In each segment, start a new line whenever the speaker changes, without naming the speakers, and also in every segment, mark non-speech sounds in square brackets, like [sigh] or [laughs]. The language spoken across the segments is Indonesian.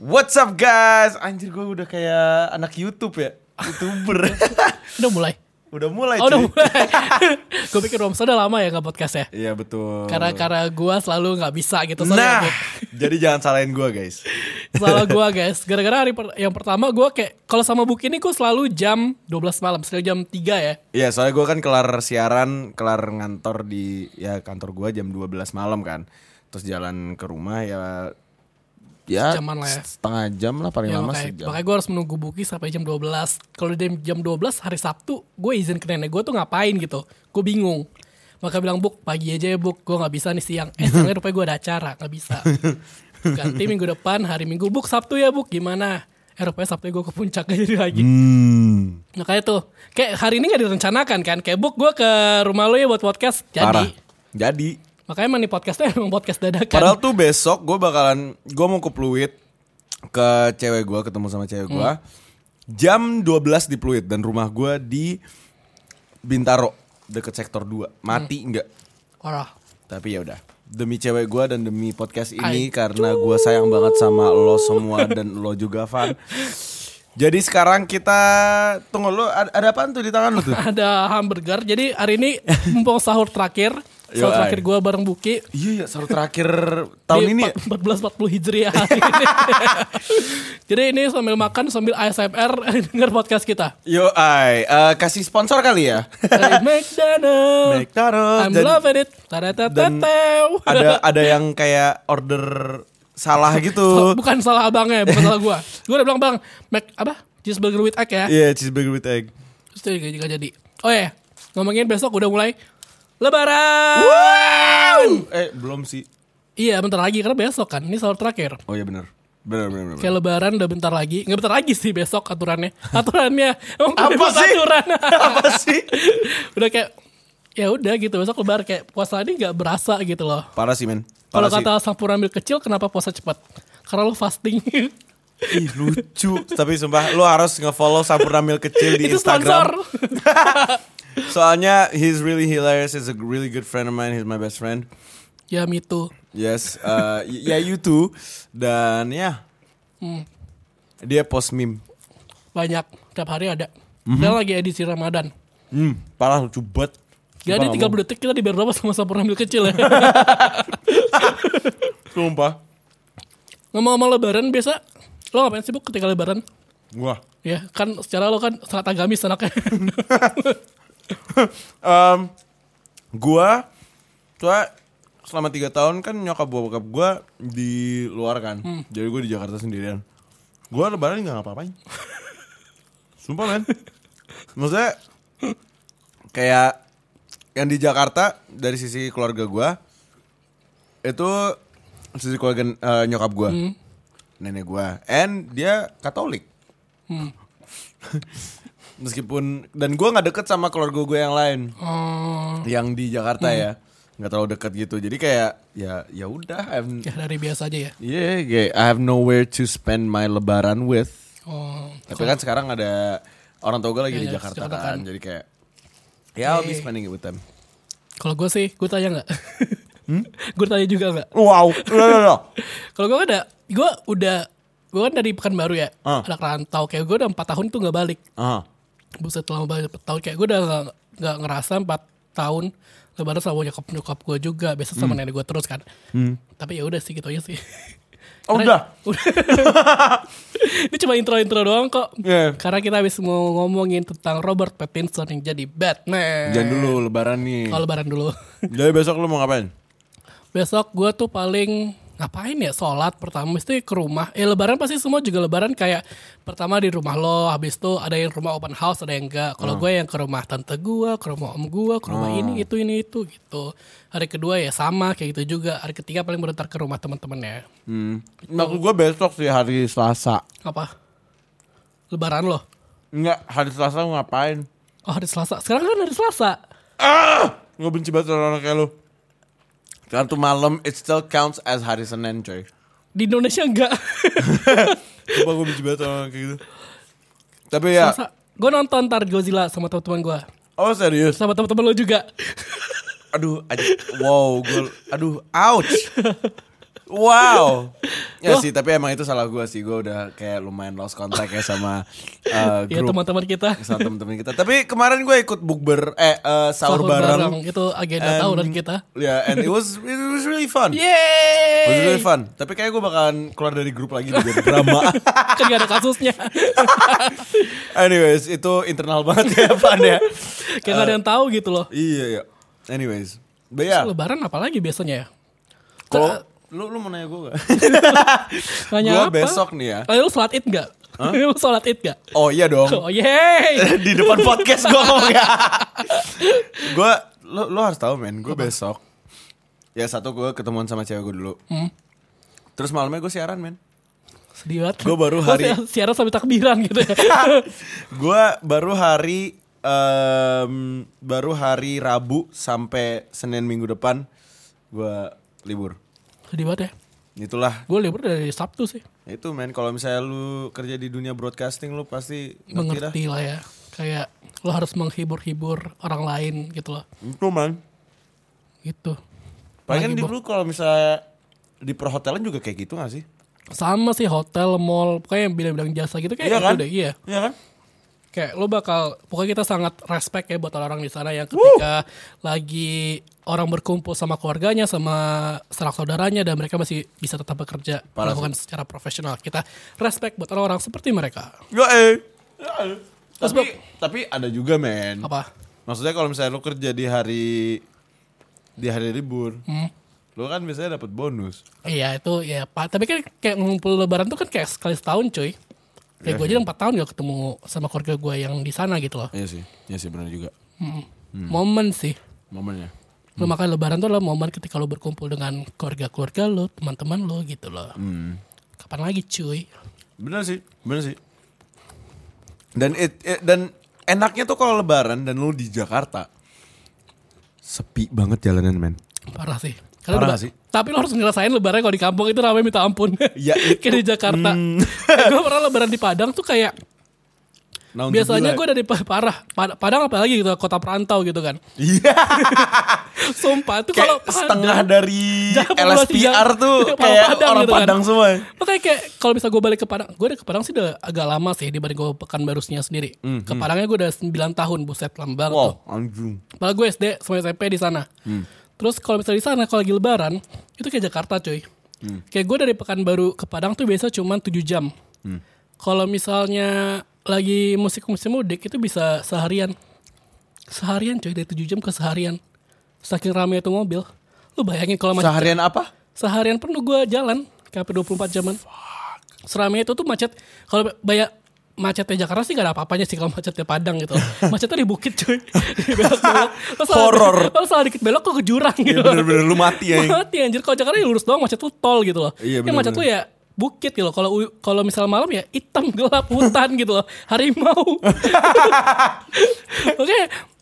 What's up guys? Anjir gue udah kayak anak YouTube ya,
[laughs]
youtuber.
Udah mulai.
udah mulai
Oh, udah
Eh, cuy. [laughs]
mulai. gue pikir Romso udah lama ya nggak podcast ya.
Iya betul.
Karena karena gue selalu nggak bisa gitu
nah,
soalnya.
[laughs] jadi jangan salahin gue guys.
Salah gue guys. Gara-gara hari per- yang pertama gue kayak kalau sama Buki ini gue selalu jam 12 malam, selalu jam 3 ya.
Iya soalnya gue kan kelar siaran, kelar ngantor di ya kantor gue jam 12 malam kan. Terus jalan ke rumah ya ya
Sejaman lah ya.
setengah jam lah paling
Ya,
lama
makanya,
sejam.
makanya gue harus menunggu Buki sampai jam 12. Kalau dia jam 12 hari Sabtu, gue izin ke nenek gue tuh ngapain gitu. Gue bingung. Maka bilang Buk pagi aja ya Buk, gue nggak bisa nih siang. Eh siangnya rupanya gue ada acara, nggak bisa. Ganti minggu depan hari Minggu Buk Sabtu ya Buk gimana? Eh rupanya Sabtu gue ke puncak jadi lagi.
Hmm.
Makanya tuh, kayak hari ini gak direncanakan kan? Kayak Buk gue ke rumah lo ya buat podcast. Jadi
Parah. Jadi
makanya emang nih podcastnya [laughs] emang podcast dadakan.
Padahal tuh besok gue bakalan gue mau ke Pluit ke cewek gue ketemu sama cewek gue
Hmm.
jam 12 di Pluit dan rumah gue di Bintaro deket sektor 2
Hmm.
mati nggak
Parah.
tapi ya udah demi cewek gue dan demi podcast ini karena gue sayang banget sama lo semua dan lo juga Van jadi sekarang kita tunggu lo ada, ada apaan tuh di tangan lo tuh
ada hamburger. Jadi hari ini mumpung sahur terakhir, sahur
Yoi.
terakhir gue bareng Buki.
iya iya sahur terakhir tahun
Di
ini ya?
empat- 1440 Hijriah. [laughs] Jadi ini sambil makan sambil [laughs] ASMR denger podcast kita.
Yo, ay, Eh, kasih sponsor kali ya. [laughs]
Dari McDonald's.
McDonald's.
I'm
Oh, Dan-
loving it. Tadatatatau.
ada ada yang kayak order salah gitu.
[laughs] bukan salah abangnya, bukan salah
[laughs]
gue. Gue udah bilang bang, Mac apa? Cheeseburger with egg ya.
Iya, cheeseburger with egg.
Terus dia juga juga jadi. Oh ya, ngomongin besok udah mulai Lebaran.
Wow! Eh, belum sih.
Iya, bentar lagi karena besok kan. Ini sahur terakhir.
Oh iya benar. Benar benar benar.
Kayak lebaran udah bentar lagi. Nggak bentar lagi sih besok
[laughs]
aturannya. Aturannya. Emang
Apa
bebas
sih?
Aturan.
[laughs] [laughs] Apa sih?
[laughs] udah kayak ya udah gitu besok lebaran kayak puasa ini nggak berasa gitu loh.
Parah sih, men.
Kalau
Parah sih.
kata sang puramil kecil kenapa puasa cepat? Karena lu fasting. [laughs]
Ih, lucu. Tapi sumpah lu harus nge-follow Sampurnamil kecil di
[laughs] Itu
Instagram.
sponsor.
Soalnya he's really hilarious. He's a really good friend of mine. He's my best friend.
ya me too.
Yes, uh, y- ya you too. Dan ya.
Hmm.
Dia post meme.
Banyak. Tiap hari ada.
Mhm.
Dan lagi edisi Ramadan.
Hmm, parah lucu banget.
Jadi
Sumpah,
30 detik kita dibayar berapa sama sang puramil kecil ya.
[laughs]
[laughs]
Sumpah.
Ngomong-ngomong lebaran biasa lo ngapain sibuk ketika lebaran?
Wah.
Ya kan secara lo kan sangat agamis anaknya. [laughs]
Em, gua gua selama tiga tahun kan nyokap bokap gua di luar kan. Jadi gua di Jakarta sendirian. Gua lebaran nggak ngapa-ngapain. Sumpah men. Maksudnya kayak yang di Jakarta dari sisi keluarga gua itu sisi keluarga eh, nyokap gua. Nenek gua and dia Katolik. [laughs] Meskipun dan gua nggak deket sama keluarga gue yang lain
Hmm,
Mm. yang di Jakarta ya nggak terlalu dekat gitu jadi kayak ya ya udah I'm
ya dari biasa aja ya.
yeah, yeah, I have nowhere to spend my Lebaran with
Oh,
tapi kan sekarang ada orang tua gue lagi
Iya,
di
iya,
Jakarta
Jakarta
kan
kan.
jadi kayak ya I'll be
Yeay.
spending it with them
kalau gue sih gue tanya nggak? [laughs] gue tanya juga nggak?
wow no no no
Kalau gue ada, gue udah gue kan dari Pekanbaru ya,
Ah.
anak rantau kayak gue udah empat tahun tuh nggak balik.
ah
Buset lama banget empat tahun kayak gue udah nggak nggak ngerasa empat tahun lebaran sama nyokap nyokap gue juga biasa sama nenek gue terus kan. Tapi ya udah sih gitu aja sih.
oh,
Karena-
udah
Udah. [laughs] Ini cuma intro-intro doang kok.
Iya.
Karena kita habis mau ngomongin tentang Robert Pattinson yang jadi Batman.
jangan dulu Lebaran nih
Oh, lebaran dulu.
jadi besok lu mau ngapain
Besok gue tuh paling ngapain ya sholat pertama mesti ke rumah eh lebaran pasti semua juga lebaran kayak pertama di rumah lo habis itu ada yang rumah open house ada yang enggak
Hmm.
kalau gue yang ke rumah tante gue ke rumah om gue ke rumah ini itu ini itu gitu hari kedua ya sama kayak gitu juga hari ketiga paling berentar ke rumah teman-temannya
hmm. maksud gue besok sih hari Selasa
apa lebaran lo
Enggak, hari Selasa gua ngapain
Oh hari Selasa. Sekarang kan hari Selasa.
Ah! Gue benci banget orang-orang kayak lu. Kan tuh malam, it still counts as hari Senin, coy.
Di Indonesia
[laughs]
enggak.
Coba gue benci banget orang kayak gitu. Tapi ya,
Gue nonton Tar Godzilla sama teman-teman gue.
oh serius.
Sama teman-teman lo juga.
Aduh, aj- wow, gue, aduh, ouch. Wow. Ya sih, tapi emang itu salah gue sih. Gue udah kayak lumayan lost contact ya
[laughs]
sama eh,
ya
grup
teman-teman kita
sama teman-teman kita. Tapi kemarin gue ikut bukber eh eh, sahur, bareng.
itu agenda tahunan kita
Ya, and it was it was really fun. It was
yeay
really fun. Tapi kayak gue bakalan keluar dari grup lagi biar drama. [laughs]
kan gak ada kasusnya
Anyways, itu internal banget ya fun ya.
kayak gak ada yang tahu gitu loh
Iya, iya. Anyways. But yeah,
lebaran apalagi biasanya ya
kalau lu lu mau nanya gue gak?
[laughs] nanya
Gua
apa
besok nih ya.
Lalu lu sholat id gak [laughs] lu sholat id gak
Oh iya dong.
oh yeay
[laughs] di depan podcast gue ngomong
[laughs]
ya. gue lo, lo harus tahu men gue besok ya satu gue ketemuan sama cewek gue dulu terus malamnya gue siaran men
Hmm, sedih banget
Gua baru
Lu
hari-
si- siaran sampai takbiran gitu
[laughs]
ya
gue baru hari em, baru hari rabu sampai senin minggu depan gue libur
sedih banget ya
itulah
gue libur dari sabtu sih
itu men kalau misalnya lu kerja di dunia broadcasting lu pasti ngerti dah
mengerti lah ya kayak lo harus menghibur-hibur orang lain gitu loh
itu man
gitu
palingan dulu kalau misalnya di perhotelan juga kayak gitu gak sih
sama sih hotel mall pokoknya yang bilang-bilang jasa gitu kayak
Iya
gitu
kan?
deh iya
Iya kan
kayak lo bakal pokoknya kita sangat respect ya buat orang-orang di sana yang ketika lagi orang berkumpul sama keluarganya sama sanak saudaranya dan mereka masih bisa tetap bekerja
Parah
melakukan secara profesional kita respect buat orang-orang seperti mereka
Ya eh.
Terus,
Tapi, tapi ada juga men.
apa
Maksudnya kalau misalnya lu kerja di hari di hari libur,
Hmm.
lu kan biasanya dapat bonus.
Iya itu ya pak. Tapi kan kayak ngumpul lebaran tuh kan kayak sekali setahun cuy. Kayak gue aja udah empat tahun gak ketemu sama keluarga gue yang di sana gitu loh.
Iya sih, iya sih benar juga
Mm. Momen sih.
momennya.
Lo makanya lebaran tuh adalah momen ketika lo berkumpul dengan keluarga-keluarga lo, teman-teman lo gitu loh. Kapan lagi cuy?
Benar sih, benar sih. Dan it, it- dan enaknya tuh kalau lebaran dan lu di Jakarta sepi banget jalanan men.
Parah sih.
Parah
Karena
sih.
Tapi lo harus ngerasain lebaran kalau di kampung itu ramai minta ampun.
[laughs] Ya, Hmm.
kayak di Jakarta. gue pernah lebaran di Padang tuh kayak
Nah, untuk
biasanya gue
gila-
dari Pa- parah Pad- Padang apalagi gitu kota perantau gitu
[laughs]
kan.
Iya,
Sumpah tuh kalau
kayak setengah dari
Jam 12
LSPR
siang.
tuh
Orang
kayak
Padang
orang
gitu kan.
Padang semua.
Makanya kayak kalau bisa gue balik ke Padang, gue udah ke Padang sih udah agak lama sih dibanding gue pekan barunya sendiri. ke Padangnya gue udah 9 tahun, buset lama banget tuh.
Hmm, Wow, anjing.
Malah gue SD sama SMP di sana. Terus kalau misalnya di sana kalau lagi lebaran, itu kayak Jakarta cuy. Kayak gue dari Pekanbaru ke Padang tuh biasa cuman 7 jam. Kalau misalnya lagi musim-musim mudik itu bisa seharian. Seharian cuy, dari 7 jam ke seharian. Saking rame itu mobil. Lu bayangin kalau macet
Seharian apa?
seharian penuh gue jalan sampai 24 jaman seramai itu tuh macet kalau banyak macetnya Jakarta sih gak ada apa-apanya sih kalau macetnya Padang gitu macetnya di bukit cuy [laughs] di belok-belok Terus salah-
Horor.
terus salah dikit belok kok ke jurang gitu
Iya, Bener-bener lu mati ya.
mati anjir kalau Jakarta ya lurus doang macet tuh tol gitu loh
Iya,
Yang macet
bener-bener.
tuh ya bukit gitu loh kalau u- kalau misal malam ya hitam [laughs] gelap hutan gitu loh harimau oke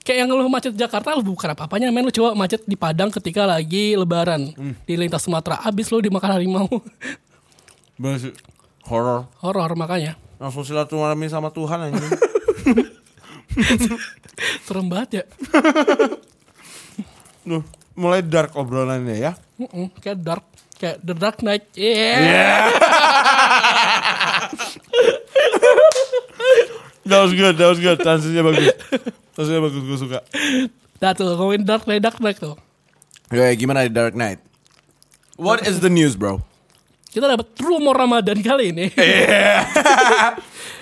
kayak yang lu macet Jakarta lu bukan apa-apanya men lu coba macet di Padang ketika lagi lebaran di lintas Sumatera abis lu dimakan harimau [laughs]
Bener sih. Horor.
horor makanya
Langsung silaturahmi sama Tuhan anjing.
serem banget ya
Duh, mulai dark obrolannya ya.
Mm-mm, kayak dark kayak The Dark Knight yeah.
[laughs] That was good, that was good. Transisinya bagus. Transisinya bagus, gue suka.
Nah tuh ngomongin Dark Knight Dark Knight tuh
Yo, gimana di Dark Knight? What is the news, bro?
kita dapat rumor Ramadan kali ini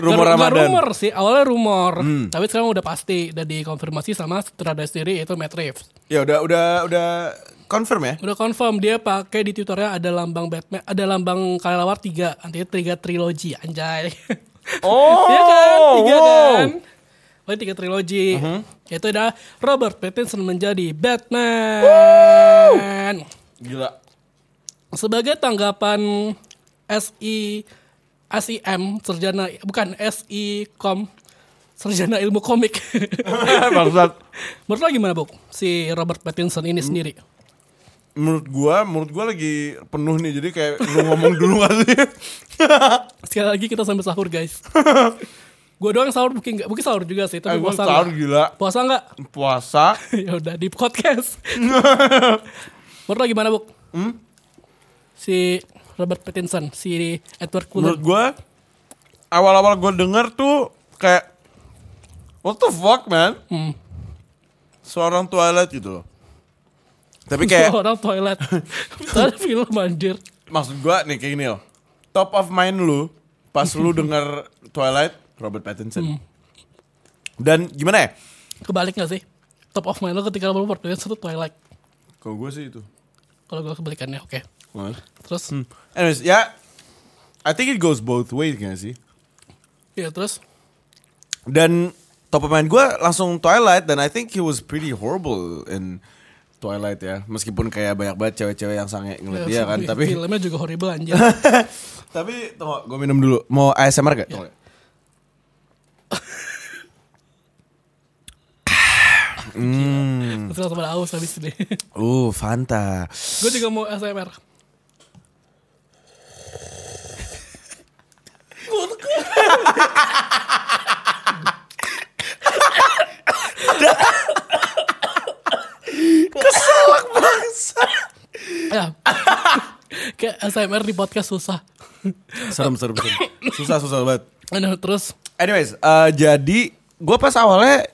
Rumor
Nggak- nggak
Ramadan. Hmm.
rumor sih, awalnya rumor. Tapi sekarang udah pasti, udah dikonfirmasi sama sutradara sendiri yaitu Matt Reeves.
Ya udah udah udah confirm ya.
Udah confirm dia pakai di twitternya ada lambang Batman, ada lambang kelelawar tiga, nanti tiga trilogi anjay.
Oh.
[laughs] Iya kan, tiga kan. Pokoknya tiga trilogi.
Uh-huh.
Yaitu ada Robert Pattinson menjadi Batman. [laughs]
Gila.
Sebagai tanggapan SI SIM Serjana bukan SIKOM Serjana Ilmu Komik. [laughs]
Bangsat.
Menurut lo gimana, Bok? Si Robert Pattinson ini sendiri.
Menurut gua, menurut gua lagi penuh nih. Jadi kayak lu ngomong dulu gak sih?
Sekali lagi kita sambil sahur,
[laughs]
guys. gue doang sahur mungkin nggak, mungkin sahur juga
Eh,
sih, [laughs] tapi
gua
puasa
sahur
nggak?
gila.
Puasa nggak? [laughs]
Puasa. [laughs] Hmm?
ya udah di podcast. Menurut lo gimana, Bok? si Robert Pattinson, si Edward
Menurut
Cullen.
gue awal-awal gue denger tuh kayak what the fuck man?
Hmm.
Seorang toilet gitu loh. Tapi kayak
[laughs] orang toilet. Misalnya film anjir.
maksud gue nih kayak gini loh. Top of mind lu pas
[laughs]
lu denger Twilight Robert Pattinson.
Hmm.
Dan gimana ya?
Kebalik gak sih? Top of mind lo ketika lo baru pertanyaan satu Twilight.
Kalau gue sih itu.
Kalau gue kebalikannya, oke. Terus,
Anyways, ya I think it goes both ways gak sih?
ya terus.
Dan top of mind gue langsung Twilight dan I think he was pretty horrible in Twilight ya. Meskipun kayak banyak banget cewek-cewek yang sange ngeliat dia kan,
fi-
tapi
Ya, Filmnya juga horrible anjir.
[laughs] tapi tunggu gue minum dulu. Mau ASMR gak? Tunggu.
Terus langsung pada aus habis ini.
Uh, Fanta.
gue juga mau ASMR.
Keselak bangsa.
Ya. Kayak ASMR di podcast susah.
Serem, serem, serem. Susah, susah banget.
Aduh, terus
Anyways, eh, jadi gue pas awalnya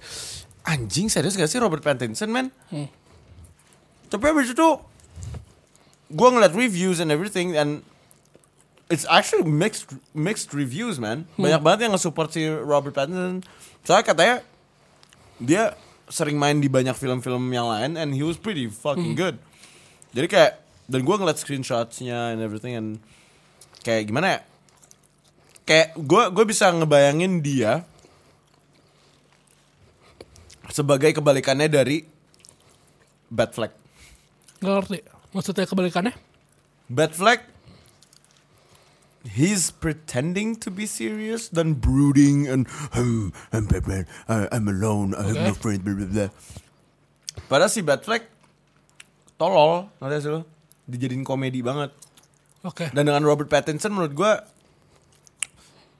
anjing serius gak sih Robert Pattinson man? Tapi abis itu gue ngeliat reviews and everything and it's actually mixed mixed reviews man. Banyak banget yang nge-support si Robert Pattinson. Soalnya katanya dia sering main di banyak film-film yang lain and he was pretty fucking good. Jadi kayak dan gue ngeliat screenshotsnya and everything and kayak gimana ya? Kayak gue gue bisa ngebayangin dia sebagai kebalikannya dari Batfleck.
gak ngerti. Maksudnya kebalikannya?
Batfleck he's pretending to be serious then brooding and "Hmm, I'm Batman, I- I'm alone, I have no
Okay.
friends, blah blah blah. Padahal si Batfleck tolol, ngerti sih lo? Dijadiin komedi banget.
Oke.
Dan dengan Robert Pattinson menurut gua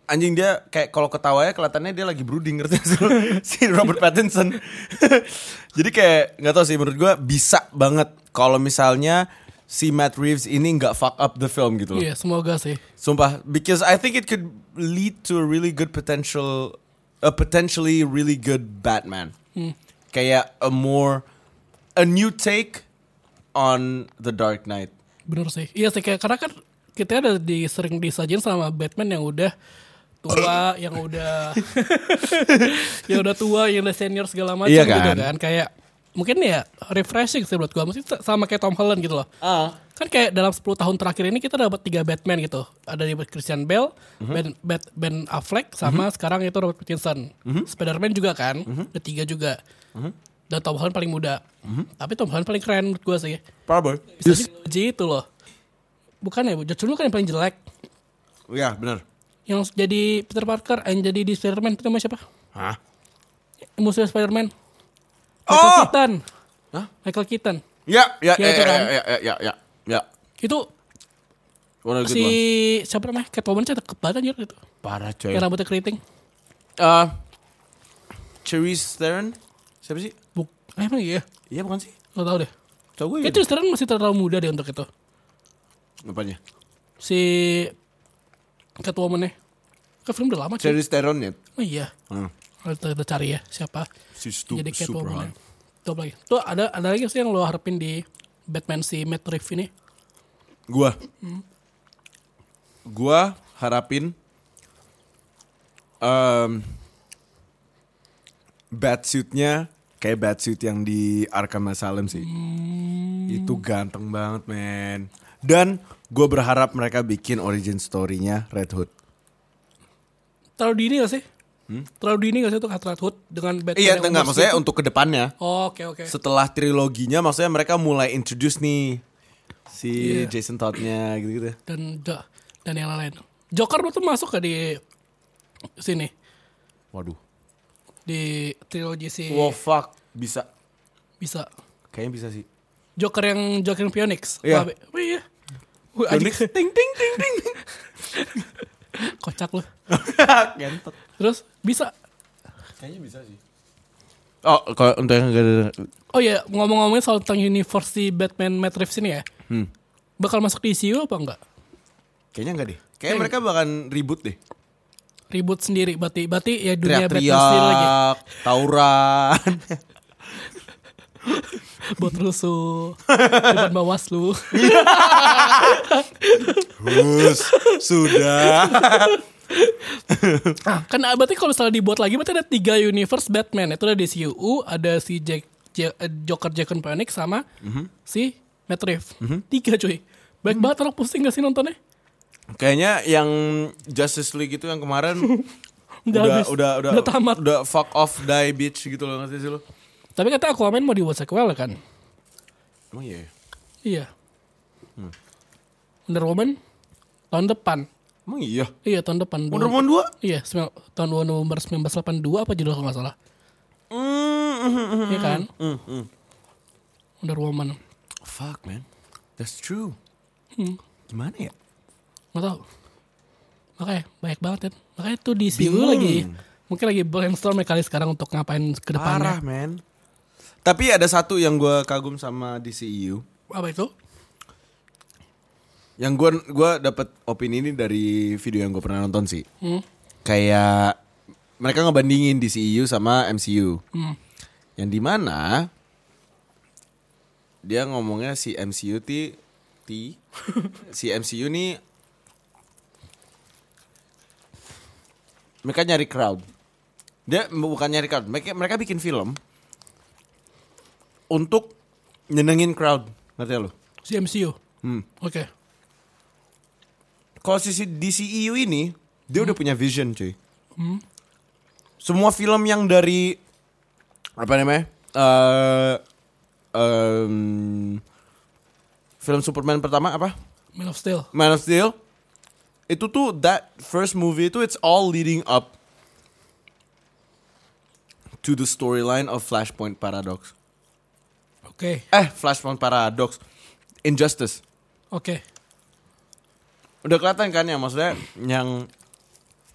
anjing dia kayak kalau ketawanya kelihatannya dia lagi brooding ngerti nggak sih lu? si Robert Pattinson. [laughs] Jadi kayak nggak tahu sih menurut gua bisa banget kalau misalnya si Matt Reeves ini nggak fuck up the film gitu loh.
Iya, semoga sih.
Sumpah because I think it could lead to a really good potential a potentially really good Batman. Kayak a more a new take on The Dark Knight.
Bener sih. Iya sih kayak karena kan kita ada di sering disajin sama Batman yang udah
[coughs]
tua, yang udah [laughs] yang udah tua, yang udah senior segala macam
Iya
gitu
kan?
kan. Kayak mungkin ya refreshing sih buat gua. Mesti sama kayak Tom Holland gitu loh.
Ah.
Kan kayak dalam 10 tahun terakhir ini kita dapat tiga Batman gitu. Ada di Christian Bale,
Mhm.
Ben Bat- Ben Affleck sama sekarang itu Robert Pattinson.
Mhm.
Spider-Man juga kan, ada tiga juga. Dan Tom Holland paling muda.
Mhm.
Tapi Tom Holland paling keren menurut gua sih.
Probably.
Bisa jadi itu loh. Bukan ya, Bu? George Clooney kan yang paling jelek.
Ya benar.
Yang jadi Peter Parker, yang jadi di Spider-Man itu namanya siapa?
Hah?
Musuh Spider-Man. Michael
Oh!
Keaton.
Hah?
Michael Keaton.
Ya, ya,
Ya,
ya,
itu
ya,
kan.
ya, ya, ya, ya, ya.
Itu
What a good
si
one.
siapa namanya? Catwoman saya cakep banget anjir gitu.
Parah coy.
Yang rambutnya keriting.
Eh, Charlize Theron, siapa sih?
Buk, eh, emang iya.
Iya bukan sih?
Gak tau deh.
Tau gue ya.
Kayaknya Charlize Theron masih terlalu muda deh untuk itu.
Apanya?
Si Catwoman-nya. Kan film udah lama sih.
Charlize Theron ya.
Oh iya.
Hmm.
Kita, kita cari ya siapa.
Si
jadi
super
Catwoman.
hot.
Itu apa lagi? Tuh ada ada lagi sih yang lo harapin di Batman si Matt Reeves ini.
Gua.
Hmm.
Gua harapin em batsuitnya kayak batsuit yang di Arkham Asylum sih.
Hmm.
Itu ganteng banget, men. Dan gue berharap mereka bikin origin story-nya Red Hood.
Terlalu dini gak sih? Terlalu dini gak sih untuk Red Hood dengan Batman
Hmm? Iya,
yang
enggak
umur
maksudnya
segitu?
untuk kedepannya.
Oh, Oke oke.
Setelah triloginya, maksudnya mereka mulai introduce nih si
Iya.
Jason Todd-nya gitu-gitu.
Dan Jo- dan yang lain. Joker lo tuh masuk gak di sini
Waduh.
di trilogi si
Wow, fuck. Bisa.
bisa
Kayaknya bisa sih.
Joker yang Joker yang Phoenix.
Iya.
Wah, be- Wih, iya. Wih,
Phoenix.
anjing.
ting ting ting ting. ting.
[laughs] Kocak lo. [laughs]
Gentot.
Terus bisa
Kayaknya bisa sih. Oh, kalau untuk yang gak ada Hmm.
Oh iya, ngomong-ngomongin soal tentang universe di Batman Matt Reeves ini ya. bakal masuk di ICU apa enggak?
Kayaknya enggak deh. Kayaknya mereka bahkan ribut deh.
Ribut sendiri berarti berarti ya dunia Batman sendiri lagi.
Teriak-teriak, [laughs] tawuran.
Buat
[laughs]
rusuh depan Bawaslu.
Hus, sudah.
Ah, kan ah, berarti kalau misalnya dibuat lagi berarti ada tiga universe Batman. Itu ada DCU, ada si Jack, J- eh, Joker Jackson Phoenix sama
Mhm.
si Matt Reeves. Tiga cuy. Baik banget orang pusing gak sih nontonnya?
Kayaknya yang Justice League itu yang
[laughs]
kemarin
Udah
udah,
habis.
udah udah
Udah tamat.
udah fuck off die bitch gitu loh ngerti sih lo.
Tapi kata Aquaman mau dibuat sequel kan?
Emang iya. ya?
Iya. Wonder Woman tahun depan.
Emang iya.
Iya tahun depan.
Wonder Woman 2?
Iya sembilan- tahun November 1982 apa judul kalau nggak salah?
Mm,
Iya kan? Wonder Woman.
Fuck man. That's true.
Hmm.
Gimana ya?
Nggak tahu. Makanya banyak banget ya. Makanya tuh di sini lagi mungkin lagi brainstorm ya kali sekarang untuk ngapain ke
Parah
depannya.
man. Tapi ada satu yang gue kagum sama DCEU.
Apa itu?
Yang gue gua dapat opini ini dari video yang gue pernah nonton sih.
Hmm?
Kayak mereka ngebandingin DCEU sama MCU. Yang di mana dia ngomongnya si MCU ti ti si MCU nih mereka nyari crowd. Dia bukan nyari crowd, mereka mereka bikin film untuk nyenengin crowd, ngerti lo?
Si MCU. Oke.
kalau sisi DCEU E ini dia udah punya vision cuy semua film yang dari apa namanya eh em, film Superman pertama apa
Man of Steel.
Man of Steel itu tuh that first movie itu it's all leading up to the storyline of Flashpoint Paradox
Oke.
eh Flashpoint Paradox Injustice
Oke.
udah kelihatan kan ya maksudnya yang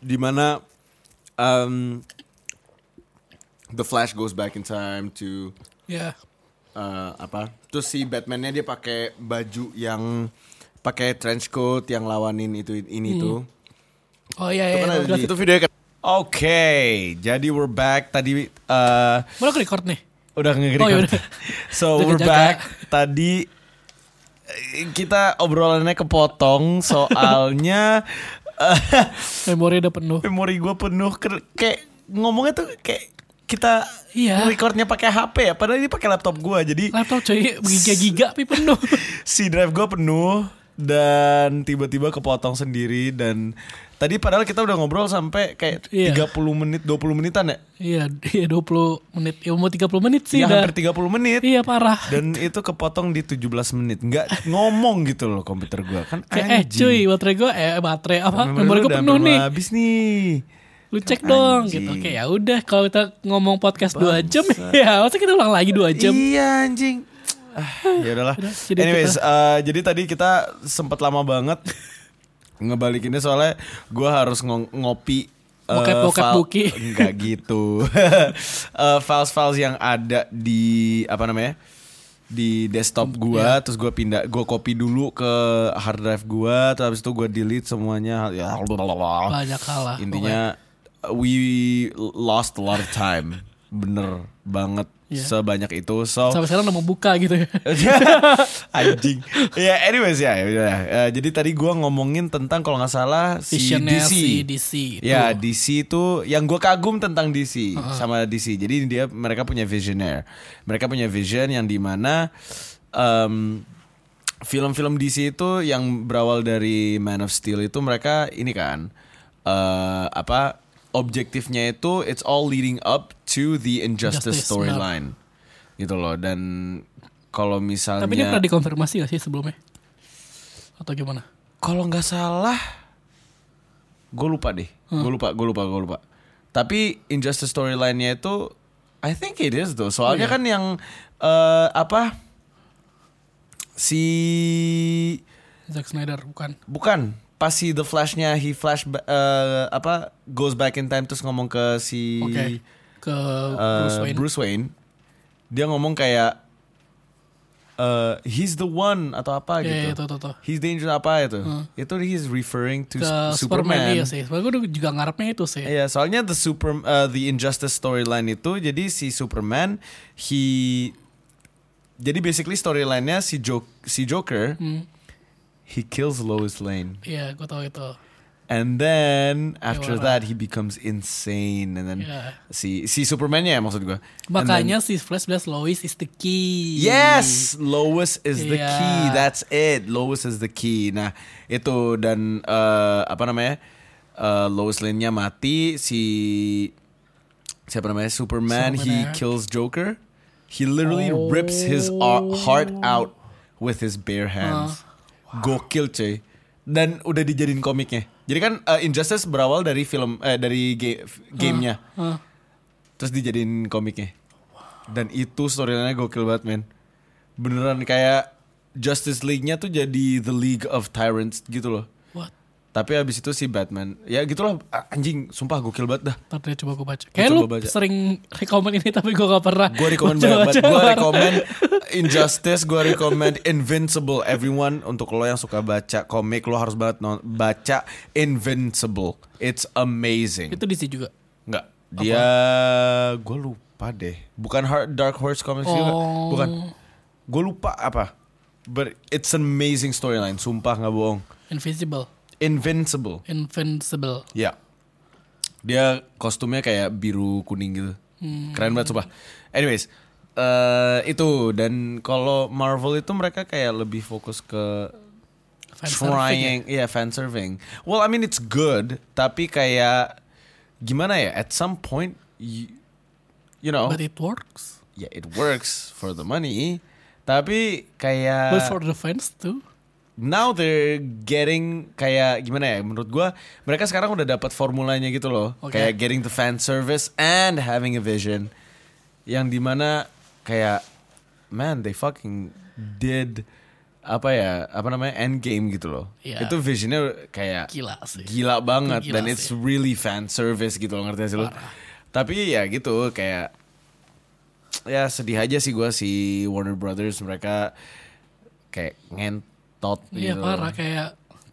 dimana um, the Flash goes back in time to
Ya.
uh, apa terus si Batman-nya dia pakai baju yang pakai trench coat yang lawanin itu ini tuh
Oh iya iya. iya, Hmm. jelas
itu
itu.
videonya kan Oke, jadi we're back tadi uh,
Mau aku record nih.
udah ngeri kan?
Oh, yaudah.
[laughs] So
Udah
we're
kejaga.
back tadi eh, kita obrolannya kepotong
[laughs]
soalnya eh,
Memori udah penuh.
memori gue penuh ker- kayak ngomongnya tuh kayak kita
Iya.
recordnya pakai HP ya padahal ini pakai laptop gue jadi
Laptop cuy giga-giga tapi penuh.
si drive gue penuh dan tiba-tiba kepotong sendiri dan tadi padahal kita udah ngobrol sampai kayak
Iya.
30 menit 20 menitan ya
Iya, [laughs] iya 20 menit. Ya mau 30 menit sih
ya
dah.
hampir 30 menit
Iya parah.
dan itu kepotong di 17 menit nggak ngomong gitu loh komputer gue kan
Kayak eh
anjing.
cuy, baterai gue eh baterai apa?
Memori
Memori
lu
gue
udah
penuh
hampir mau
nih.
habis nih
Lu cek dong gitu. Oke, ya udah kalau kita ngomong podcast 2 jam [laughs] ya, masa kita ulang lagi 2 jam.
Iya anjing. Ah, ya udahlah.
jadi
Anyways, eh, jadi tadi kita sempat lama banget [laughs] ngebalikinnya soalnya gue harus ngo- ngopi eh,
Bokep-bokep
file- [laughs]
Buki.
Enggak gitu. [laughs] Eh, files-files yang ada di apa namanya? di desktop gua
Iya.
terus gua pindah gua copy dulu ke hard drive gua terus habis itu gua delete semuanya ya
Banyak hal lah.
Intinya uh, we lost a lot of time. [laughs] Bener banget
Iya.
sebanyak itu.
pokoknya.
So
Sampai sekarang udah mau buka gitu ya.
[laughs] anjing. Ya anyways ya. ya udah. Eh, jadi tadi gua ngomongin tentang kalau nggak salah [laughs] si DC.
Visionnya si gitu. DC itu.
Ya DC itu yang gua kagum tentang DC sama DC. Jadi dia mereka punya visioner. Mereka punya vision yang dimana em, film-film DC itu yang berawal dari Man of Steel itu mereka ini kan eh, apa objektifnya itu it's all leading up to the injustice
Justice,
storyline gitu loh dan kalau misalnya
Tapi ini pernah dikonfirmasi gak sih sebelumnya? Atau gimana?
kalau nggak salah gue lupa deh
Hmm.
gue lupa gue lupa gue lupa tapi injustice storyline-nya itu I think it is though soalnya
Iya.
kan yang eh, apa si
Zack Snyder bukan.
bukan pas si the flashnya he flash ba- eh, apa goes back in time terus ngomong ke si
Oke. Ke
eh,
Bruce Wayne.
Bruce Wayne dia ngomong kayak eh, he's the one atau apa
Iya,
gitu.
iya, tuh, tuh, tuh.
He's dangerous apa itu? Itu he's referring to
ke
Superman.
Superman, iya sih. Sebenarnya gue juga ngarepnya itu sih.
Iya, soalnya the super uh, the injustice storyline itu jadi si Superman he jadi basically storylinenya si Jo- si Joker he kills Lois Lane
Iya, gue tahu itu.
Hmm. and then after
Wara.
that he becomes insane and then
Iya.
si si Supermannya ya maksud gua. And then-
Makanya si Flash bilang Lois is the key.
Yes, Lois is the
Iya.
key. That's it. Lois is the key. Nah, itu dan eh, apa namanya? Eh, Lois Lane-nya mati, si siapa namanya? Superman,
Superman.
he kills Joker. He literally rips his ar- heart
Oh.
out with his bare hands. Gokil, cuy. Dan udah dijadiin komiknya. Jadi kan eh, Injustice berawal dari film eh dari ga- gamenya.
Hah.
Terus dijadiin komiknya. Dan itu storyline-nya gokil banget, men. Beneran kayak Justice League-nya tuh jadi The League of Tyrants gitu loh.
What?
Tapi abis itu si Batman, ya gitulah a- anjing, sumpah gokil banget dah.
Ntar deh coba gue baca. Kayak lu
coba baca.
sering rekomen ini tapi gue gak pernah.
Gue rekomend
Coba-
banget,
coba.
gue rekomend Injustice, gue rekomend Invincible. Everyone untuk lo yang suka baca komik, lo harus banget non- baca Invincible. It's amazing.
[laughs] Itu di sini juga.
Enggak, dia gue lupa deh. Bukan Har- Dark Horse Comics juga,
Oh.
bukan. Gue lupa apa. But it's an amazing storyline, sumpah nggak bohong.
Invisible.
Invincible.
Invincible.
Ya. Dia kostumnya kayak biru kuning gitu. Keren banget sumpah. Anyways, eh itu dan kalau Marvel itu mereka kayak lebih fokus ke
Fanservice
trying, ya fan serving. Well, I mean it's good, tapi kayak gimana ya? At some point you, you know,
But it works.
yeah it works for the money, tapi kayak
But for the fans too.
now they're getting kayak gimana ya menurut gua mereka sekarang udah dapat formulanya gitu loh
Oke.
kayak getting the fan service and having a vision yang dimana kayak man they fucking did apa ya apa namanya end game gitu loh
Iya.
itu visionnya kayak
Gila sih.
gila banget
Itu gila
dan it's
sih.
really fan service gitu loh ngerti gak sih lo tapi ya gitu kayak ya sedih aja sih gua si Warner Brothers mereka kayak ngentot
Iya
gitu
parah kayak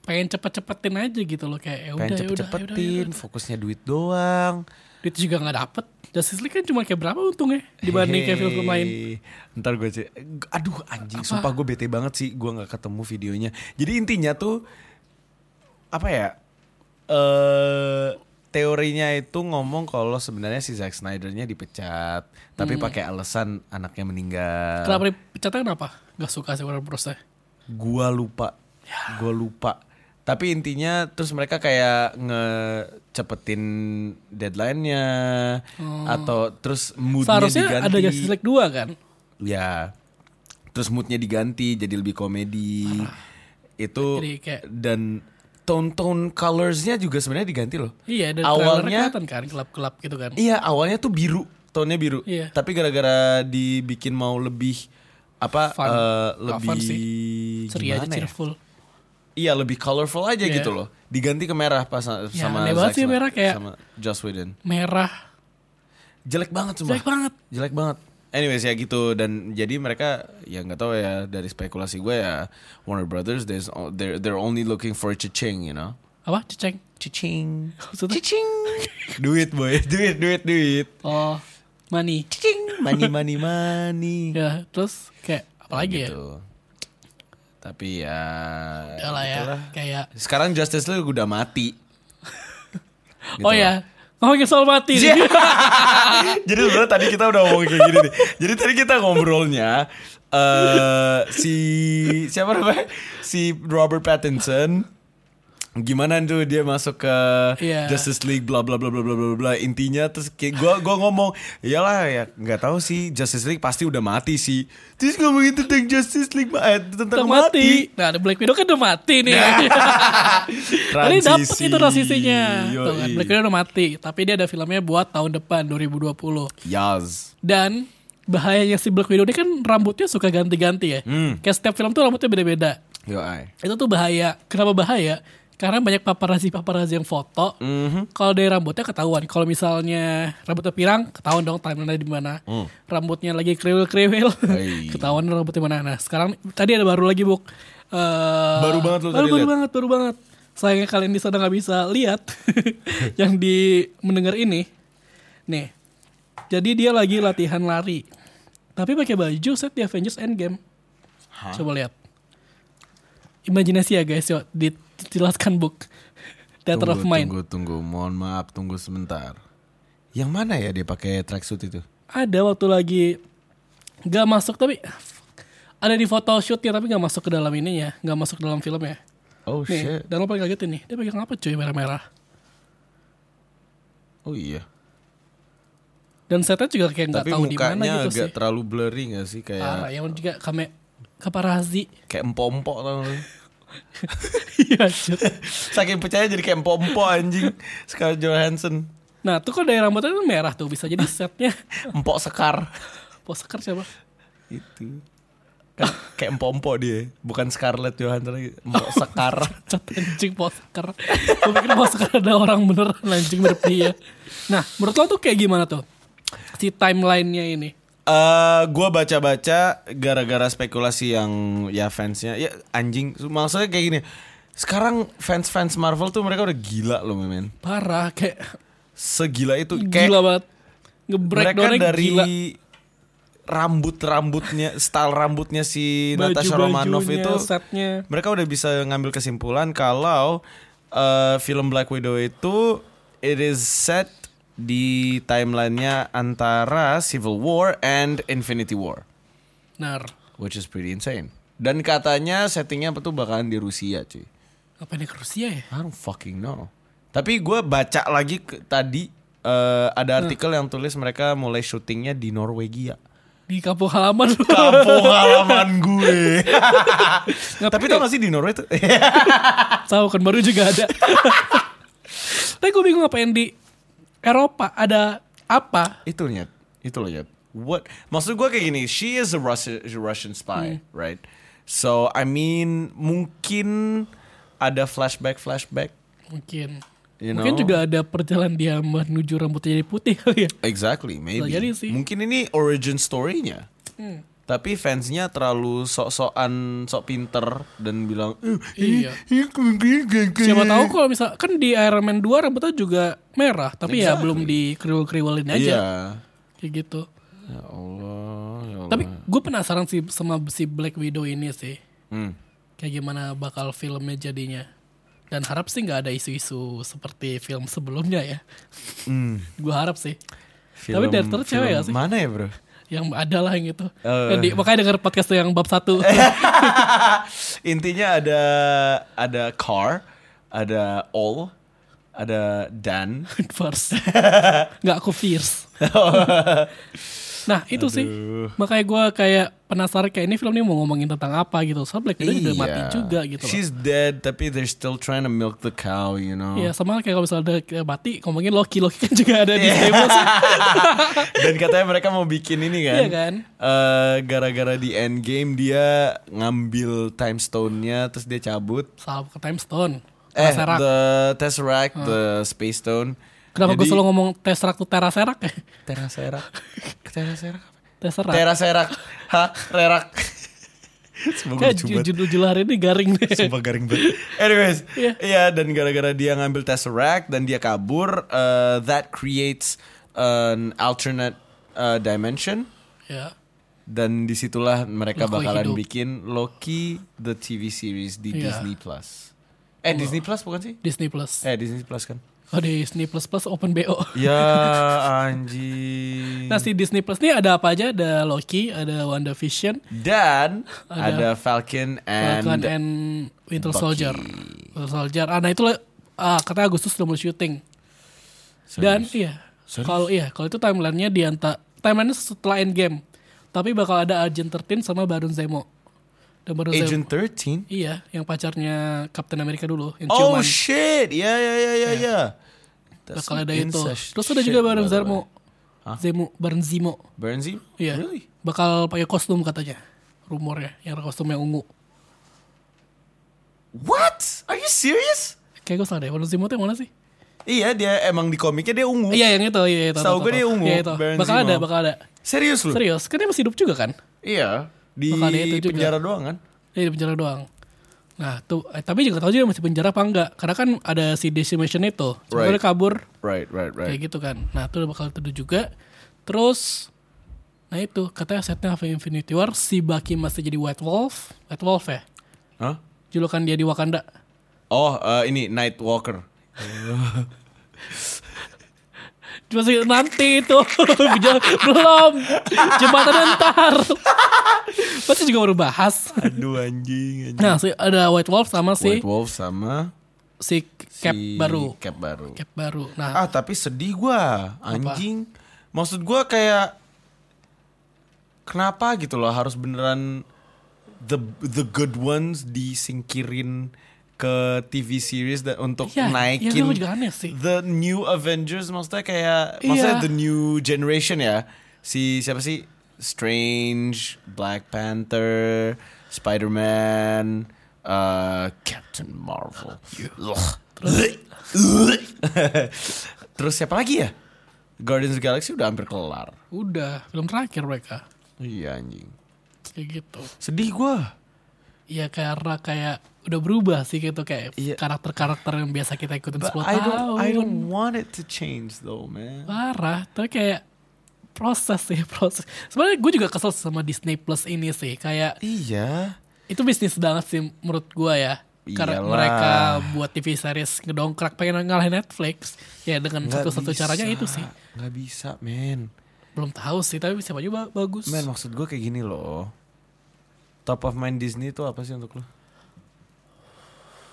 pengen cepet-cepetin aja gitu loh kayak ya udah
pengen
ya udah, ya udah, ya
cepet-cepetin
udah.
fokusnya duit doang
Duit juga nggak dapet. Justice League kan cuma kayak berapa untungnya dibanding kayak film-film lain.
Hei, Ntar gue cek. Aduh anjing, sumpah gue bete banget sih gue nggak ketemu videonya. Jadi intinya tuh apa ya? Eh teorinya itu ngomong kalau sebenarnya si Zack Snyder-nya dipecat, tapi pakai alasan anaknya meninggal.
Hmm. Kenapa dipecatnya kenapa? Gak suka sih Warner Bros nya.
Gua lupa.
Ya.
Gua lupa. Tapi intinya terus mereka kayak ngecepetin deadline-nya atau terus mood-nya
Oh. Seharusnya
diganti.
ada Justice League 2 kan?
Ya. Terus moodnya diganti jadi lebih komedi. Itu
Ah. Jadi kayak-
dan tone-tone colorsnya juga sebenarnya diganti loh.
Iya, dari trailernya
awalnya
kelihatan kan gelap-gelap gitu kan.
iya awalnya tuh biru, tone-nya biru.
Iya.
Tapi gara-gara dibikin mau lebih apa
Fun.
eh,
Nggak
lebih
fun sih. Ceria aja
gimana ya?
cheerful.
Iya, lebih colorful aja
Iya.
gitu loh. Diganti ke merah pas
Ya,
sama
aneh banget
Zack
sih
Snyder-
merah kayak-
sama Joss Whedon.
Merah.
Jelek banget sumpah.
Jelek banget.
jelek banget anyways ya gitu dan jadi mereka ya nggak tahu ya dari spekulasi gue ya Warner Brothers there's o- they're they're only looking for cha-ching you know
Apa? Ceceng.
cha-ching
Maksudnya?
cha-ching [laughs] duit boy duit duit duit
Oh, money.
cha-ching money money money
Ya, terus kayak apa lagi ya?
gitu tapi ya
Udah lah ya,
gitulah.
kayak
sekarang Justice League udah mati
Oh
Gitu Iya,
ya, ngomongin soal mati. [laughs] nih.
Jadi sebenarnya tadi kita udah ngomong kayak gini nih. Jadi tadi kita ngobrolnya eh si siapa namanya? Si Robert Pattinson gimana tuh dia masuk ke
Iya.
Justice League bla bla bla bla bla bla bla intinya terus kayak gua gua ngomong iyalah ya nggak tahu sih Justice League pasti udah mati sih terus ngomongin tentang Justice League ma- eh, tentang
Udah
mati Nah,
mati. Nah, The Black Widow kan udah mati nih. [laughs] Tadi dapet
Transisi.
itu transisinya.
Yoi.
Tuh kan, Black Widow udah mati. Tapi dia ada filmnya buat tahun depan, 2020.
Yaz
Dan bahayanya si Black Widow ini kan rambutnya suka ganti-ganti ya. Kayak setiap film tuh rambutnya beda-beda.
yo ay
Itu tuh bahaya. Kenapa bahaya? Karena banyak paparazi-paparazi yang foto.
Mhm.
Kalau dari rambutnya ketahuan. Kalau misalnya rambutnya pirang, ketahuan dong timeline di mana.
Hmm.
Rambutnya lagi kriwil-kriwil,
Hai.
[laughs] ketahuan rambutnya mana. Nah, sekarang tadi ada baru lagi, Buk. Eh,
Baru banget lu
baru,
tadi
baru
lihat.
banget, baru banget. Sayangnya kalian di sana nggak bisa lihat [laughs] yang di mendengar ini. Nih. Jadi dia lagi latihan lari. Tapi pakai baju set di Avengers Endgame. Coba lihat. Imajinasi ya guys, yuk dijelaskan book. [laughs] Theater of Mind.
Tunggu, tunggu, mohon maaf, tunggu sebentar. Yang mana ya dia pakai tracksuit itu?
Ada waktu lagi nggak masuk tapi ada di foto shootnya tapi nggak masuk ke dalam ininya, nggak masuk ke dalam filmnya.
Oh
Nih,
shit.
dan lo paling kaget ini, dia pegang apa cuy merah-merah.
Oh iya.
Dan setnya juga kayak nggak
Tapi
tahu di mana
mukanya
gitu
agak
sih.
terlalu blurry gak sih
Parah,
kayak
yang juga kame kaparazi. [laughs]
kayak empompok tau gak lu?
Iya, cuy.
[laughs] Saking percaya jadi kayak empompok anjing. Scarlett Johansson.
Nah, tuh kok dari rambutnya tuh merah tuh bisa jadi
[laughs]
setnya
Empok sekar.
poseker siapa?
Itu. Kan kayak empompok dia, bukan Scarlett Johansson lagi. Empok sekar.
[laughs] Cat anjing poseker. Gue pikir poseker ada orang beneran anjing mirip dia. Nah, menurut lo tuh kayak gimana tuh? Si timelinenya ini.
Eh, gua baca-baca gara-gara spekulasi yang ya fansnya ya anjing maksudnya kayak gini sekarang fans-fans Marvel tuh mereka udah gila loh men
Parah, kayak
segila itu
gila
kayak
banget. Ngebreak
mereka
doangnya
dari
gila.
rambut-rambutnya style rambutnya si Natasha
Baju-bajunya,
Romanoff itu
setnya.
mereka udah bisa ngambil kesimpulan kalau eh, film Black Widow itu it is set di timelinenya antara Civil War and Infinity War.
Benar.
Which is pretty insane. Dan katanya settingnya apa tuh bakalan di Rusia cuy.
Apa ini ke Rusia ya?
I don't fucking know. Tapi gue baca lagi ke- tadi eh, ada artikel yang tulis mereka mulai syutingnya di Norwegia.
Di kampung halaman. [laughs]
Kampung [laughs] halaman gue.
Nggak
Tapi tau gak sih di Norway tuh? [laughs]
Tahu kan baru juga ada. [laughs] Tapi gue bingung ngapain di Eropa ada apa?
itu nyet. Itu loh nyet. What? Maksud gue kayak gini. She is a Russian, Russian
Hmm.
spy, right? So I mean mungkin ada flashback flashback.
Mungkin.
You
Mungkin
know?
juga ada perjalanan dia menuju rambutnya jadi putih kali ya.
Exactly, maybe.
Bisa jadi sih.
Mungkin ini origin story-nya. Tapi fansnya terlalu sok-sokan, sok pinter dan bilang, "Eh,
Iya.
ini kemungkinan gak- gak."
Siapa tahu kalau misal kan di Iron Man 2 rambutnya juga merah, tapi ya
Exactly.
belum di kriwil-kriwilin aja
Iya.
kayak gitu.
Ya Allah, ya Allah.
Tapi gue penasaran sih sama si Black Widow ini sih.
Hmm.
Kayak gimana bakal filmnya jadinya. Dan harap sih nggak ada isu-isu seperti film sebelumnya ya.
Hmm.
gue harap sih.
Film-
Tapi director cewek
film
gak sih?
Mana ya, Bro?
Yang ada lah yang itu.
Eh.
Yang di- makanya denger podcast tuh yang bab
[laughs]
satu.
Intinya ada ada car, ada all, ada dan.
[laughs] First.
[laughs]
Nggak aku fierce.
Oh.
Nah itu sih makanya gue kayak penasaran kayak ini film ini mau ngomongin tentang apa gitu. Soalnya Black Widow udah mati juga gitu. Loh.
Iya. She's dead, tapi they're still trying to milk the cow, you know.
Ya sama kayak kalau misalnya ada mati ngomongin Loki Loki kan juga ada
Iya.
di Stable sih.
Dan katanya mereka mau bikin ini kan?
Iya kan?
Eh, gara-gara di Endgame dia ngambil time stone-nya terus dia cabut.
Salah ke Time Stone.
Eh,
Tesseract.
the Tesseract, the Space Stone.
Kenapa gue
Jadi-
selalu ngomong Tesseract tuh Teraserak [laughs] ya?
Tesseract? Tesseract apa?
Tesseract.
Tesseract. Ha, rerak. Semoga
Kayak
lucu
ju-
banget.
judul-judul hari ini garing deh.
Sumpah garing banget. Anyways,
Iya.
iya dan gara-gara dia ngambil Tesseract dan dia kabur, eh, that creates an alternate eh, dimension.
ya.
dan disitulah mereka
Loki
bakalan
hidup.
bikin Loki the TV series di
Iya.
Disney Plus. Eh Disney Plus bukan sih?
Disney Plus.
Eh Disney Plus kan?
Oh Disney Plus Plus Open BO.
[laughs] ya anjing.
Nah si Disney Plus ini ada apa aja? Ada Loki, ada WandaVision,
Dan
Ada-
ada, Falcon and,
Falcon and Winter
Bucky.
Soldier. Winter Soldier. Ah, nah itu lah, ah, kata Agustus udah mulai syuting.
Serius?
Dan iya, kalau iya, kalau itu timelinenya di anta timelinenya setelah Endgame. Tapi bakal ada Agent 13 sama Baron Zemo. Dan Baron Zemo
Agent 13.
iya, yang pacarnya Captain America dulu, yang
Oh
ciuman.
shit. Ya ya ya ya ya. That's
Iya. bakal
some
ada itu.
incest
Terus ada
shit,
juga Baron
by the way.
Zemo. Zemo, Baron Zemo.
Baron Zemo?
Iya.
Really?
Bakal pakai kostum katanya. Rumornya, yang kostum yang ungu.
What? Are you serious?
Kayak gue salah deh. Warna Zemo tuh yang mana sih?
Iya dia emang di komiknya dia ungu.
Iya yang itu, iya itu.
Setahu
itu,
gue
itu.
dia ungu,
Iya itu.
Baron
Bakal
Zemo.
ada, bakal ada.
Serius lu?
Serius, kan dia masih hidup juga kan?
Iya. Di
Makanya itu juga.
penjara doang kan?
Dia di penjara doang. Nah, tuh eh, tapi juga tahu juga masih penjara apa enggak. Karena kan ada si decimation itu.
Right.
Sebenarnya kabur
Right, right, right.
kayak gitu kan. Nah, itu bakal itu juga. Terus Nah itu, katanya setnya Avenger Infinity War, si Bucky masih jadi White Wolf. White Wolf ya?
Hah?
Julukan dia di Wakanda.
Oh, eh, ini Night Walker.
Cuma sih, nanti itu. [laughs] Jauh- Belum. Jembatan ntar. [laughs] Pasti juga baru bahas.
Aduh anjing, anjing.
Nah, si, ada White Wolf sama si,
White Wolf sama
si Cap
si
baru.
Cap baru.
Cap baru. Nah,
Ah, tapi sedih gua, anjing. Maksud gua kayak kenapa gitu loh harus beneran the the good ones disingkirin ke TV series dan untuk
Iya, iya,
naikin
gua juga aneh sih.
the new Avengers maksudnya kayak
Iya.
maksudnya the new generation ya. Si siapa sih? Strange, Black Panther, Spider-Man, uh, Captain Marvel. Ugh. [laughs] Terus siapa lagi ya? Guardians of the Galaxy udah hampir kelar.
udah. Film terakhir mereka.
Iya anjing.
Kayak gitu.
Sedih gua.
Ya karena kayak udah berubah sih gitu. Kayak
Iya.
karakter-karakter yang biasa kita ikutin
But
10
I don't I
tahun.
don't want it to change though, man.
Parah. Tapi kayak proses sih [laughs] proses. Sebenarnya gue juga kesel sama Disney Plus ini sih. Kayak
Iya.
itu bisnis banget sih menurut gua ya karena
Iyalah.
mereka buat TV series ngedongkrak pengen ngalahin Netflix ya dengan
Nggak
satu-satu
bisa.
caranya itu sih
Nggak bisa, man.
belum tahu sih tapi siapa juga ba- bagus
Man, maksud gue kayak gini loh. Top of mind Disney itu apa sih untuk lo?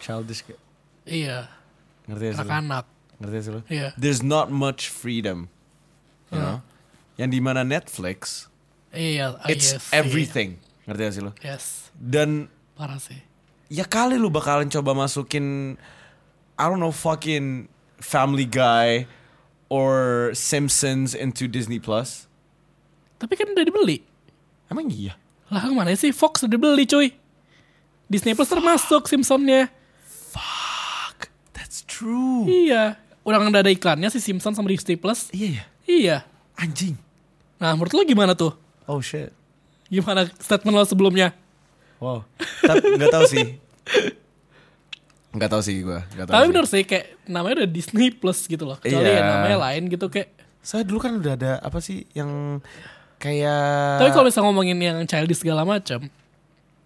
Childish kayak.
iya
Ngerti ya sih lo?
anak-anak
Ngerti ya sih lo?
Iya.
There's not much freedom. You know? Yang dimana Netflix,
iya ah,
it's
iya sih.
everything. Ngerti ya sih lo?
yes
Dan
parah sih
ya kali lu bakalan coba masukin I don't know fucking Family Guy or Simpsons into Disney Plus.
tapi kan udah dibeli
Emang iya?
lah kemana sih Fox udah dibeli cuy Disney Plus termasuk Simpsonnya
Fuck, that's true.
iya udah nggak ada iklannya si Simpson sama Disney Plus
Iya ya,
iya
anjing.
nah menurut lo gimana tuh
Oh shit.
gimana statement lo sebelumnya
Wow. Tapi nggak tahu sih. Nggak tahu sih gue. Nggak tahu.
Tapi
Nah, sih.
bener sih kayak namanya udah Disney Plus gitu loh. Kecuali
Iya.
ya namanya lain gitu kayak.
Saya dulu kan udah ada apa sih yang kayak.
Tapi kalau bisa ngomongin yang childish segala macam.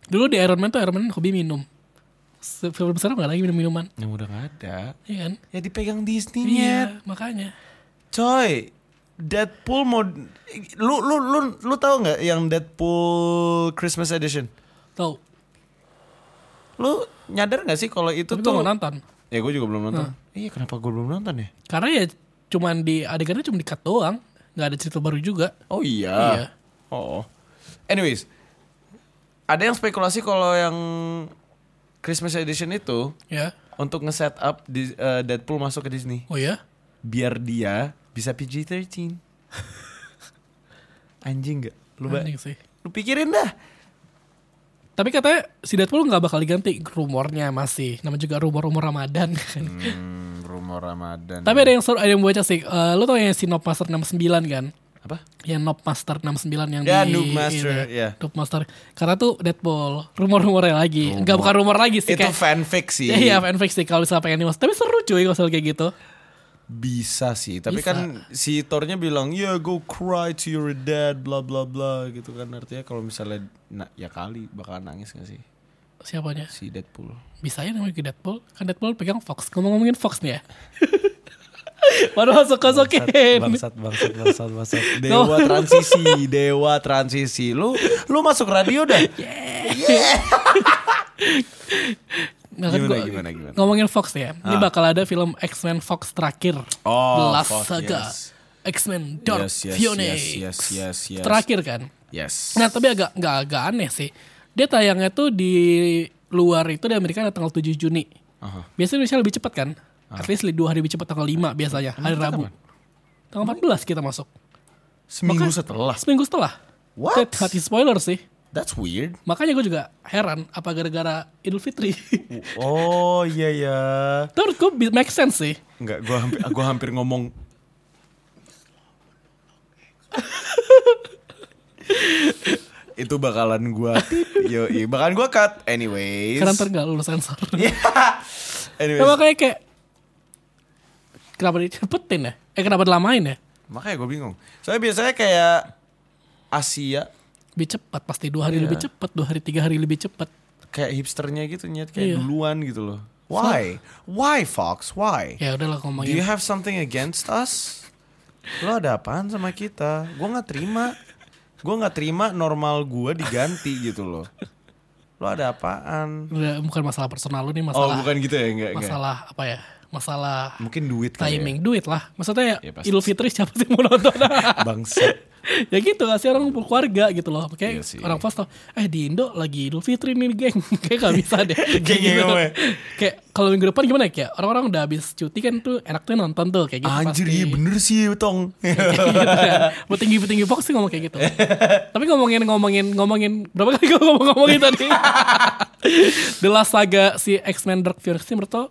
Dulu di Iron Man tuh Iron Man hobi minum. Se- Film besar nggak lagi minum minuman,
yang udah nggak ada.
iya kan?
Ya dipegang Disney-nya.
Iya, makanya.
Coy, Deadpool mau lu lu lu lu tahu nggak yang Deadpool Christmas Edition?
Tahu.
Lu nyadar nggak sih kalau itu
Tapi gue
tuh?
nggak nonton.
Ya gue juga belum nonton. Iya kenapa gue belum nonton ya?
Karena ya cuman di adegannya cuma di cut doang, nggak ada cerita baru juga.
Oh iya.
Iya.
Oh. Anyways, ada yang spekulasi kalau yang Christmas Edition itu
Ya.
untuk nge-set up di, eh, Deadpool masuk ke Disney
Oh ya.
biar dia bisa PG-13. Anjing gak? Lu, ba-
[laughs] Anjing sih.
lu pikirin dah.
Tapi katanya si Deadpool nggak bakal diganti rumornya masih. Namanya juga rumor-rumor Ramadan [laughs] kan.
Hmm. rumor Ramadan.
Tapi ada yang seru, ada yang baca sih. Eh, lo tau yang si Nob Master 69 kan?
apa?
Yang Nob Master 69 yang
Ya,
di...
Noob Master, ya.
Noob Master. Karena tuh Deadpool. Rumor-rumornya lagi. Enggak bukan rumor lagi sih.
Itu
kayak,
fanfic sih.
Ya, iya, fanfic sih kalau misalnya pengen dimas. Tapi seru cuy kalau misalnya kayak gitu.
Bisa sih, tapi
Bisa.
kan si Thornya bilang, "Ya, go cry to your dad, bla bla bla." gitu kan artinya kalau misalnya na- ya kali bakal nangis gak sih
Siapanya?
si Deadpool.
Bisa ya namanya Deadpool. Kan Deadpool pegang Fox. Ngomong ngomongin Fox nih ya. [laughs] Baru masuk-masukin.
Bangsat, bangsat, bangsat,
[laughs]
bangsat. Dewa transisi, dewa transisi. Lu lu masuk radio
[laughs]
dah.
Nah, kan
Gimana,
gua-
gimana, gimana? Ah.
Ngomongin Fox nih ya. Ini bakal ada film X-Men Fox terakhir.
Oh,
The Last
Fox,
Saga.
yes.
X-Men Dark
Yes, yes,
Phoenix.
yes, yes, yes, yes.
Terakhir kan.
Yes.
Nah tapi agak nggak agak aneh sih. Dia tayangnya tuh di luar itu di Amerika ada tanggal 7 Juni.
Aha.
Biasanya Indonesia lebih cepat kan?
Ah.
At least li- dua hari lebih cepat tanggal 5 biasanya hari Rabu. Tanggal 14 kita masuk.
Seminggu
Maka-
setelah.
Seminggu setelah.
What?
Hati spoiler sih.
That's weird.
Makanya gue juga heran apa gara-gara Idul Fitri. [laughs]
Oh iya ya.
Terus gue bi- make sense sih.
Enggak, gua hampir gua hampir ngomong itu bakalan gua yo bakalan gua cut anyways.
Karena ntar nggak lulus sensor.
Ya.
ya,
[laughs] anyways.
makanya kayak kenapa dicepetin ya? Eh kenapa dilamain ya?
Makanya gue bingung. Soalnya biasanya kayak Asia
Lebih cepat pasti
Iya.
dua hari lebih cepat, dua hari tiga hari lebih cepat.
kayak hipsternya gitu nyet kayak
Iya.
duluan gitu loh. Why? Why Fox? Why?
Ya udahlah
Do
ngomongin.
you have something against us? Lo ada apaan sama kita? Gue nggak terima. Gue nggak terima normal gue diganti gitu loh. Lo ada apaan?
Udah, bukan masalah personal lu nih
Oh
masalah
bukan gitu ya enggak enggak.
masalah apa ya? Masalah
Mungkin duit kali ya.
timing duit lah. Maksudnya
Ya,
ya,
pasti.
Idul Fitri siapa sih mau nonton?
[laughs] Bangsa.
[laughs] ya gitu kasih orang ngumpul keluarga gitu loh
Iya
kayak
sih.
orang pos tau eh di Indo lagi Idul Fitri nih geng [laughs] kayak gak bisa deh
[laughs] Geng yang
Gitu.
gue.
kayak kalau minggu depan gimana ya kayak orang-orang udah habis cuti kan tuh enak tuh nonton tuh kayak [laughs] gitu
Anjir
pasti.
iya bener sih Tong.
[laughs] Kayak gitu kan. petinggi petinggi box sih ngomong kayak
[laughs]
gitu tapi ngomongin ngomongin ngomongin berapa kali gue ngomong ngomongin tadi [laughs] The Last Saga si X-Men Dark Phoenix ini menurut lo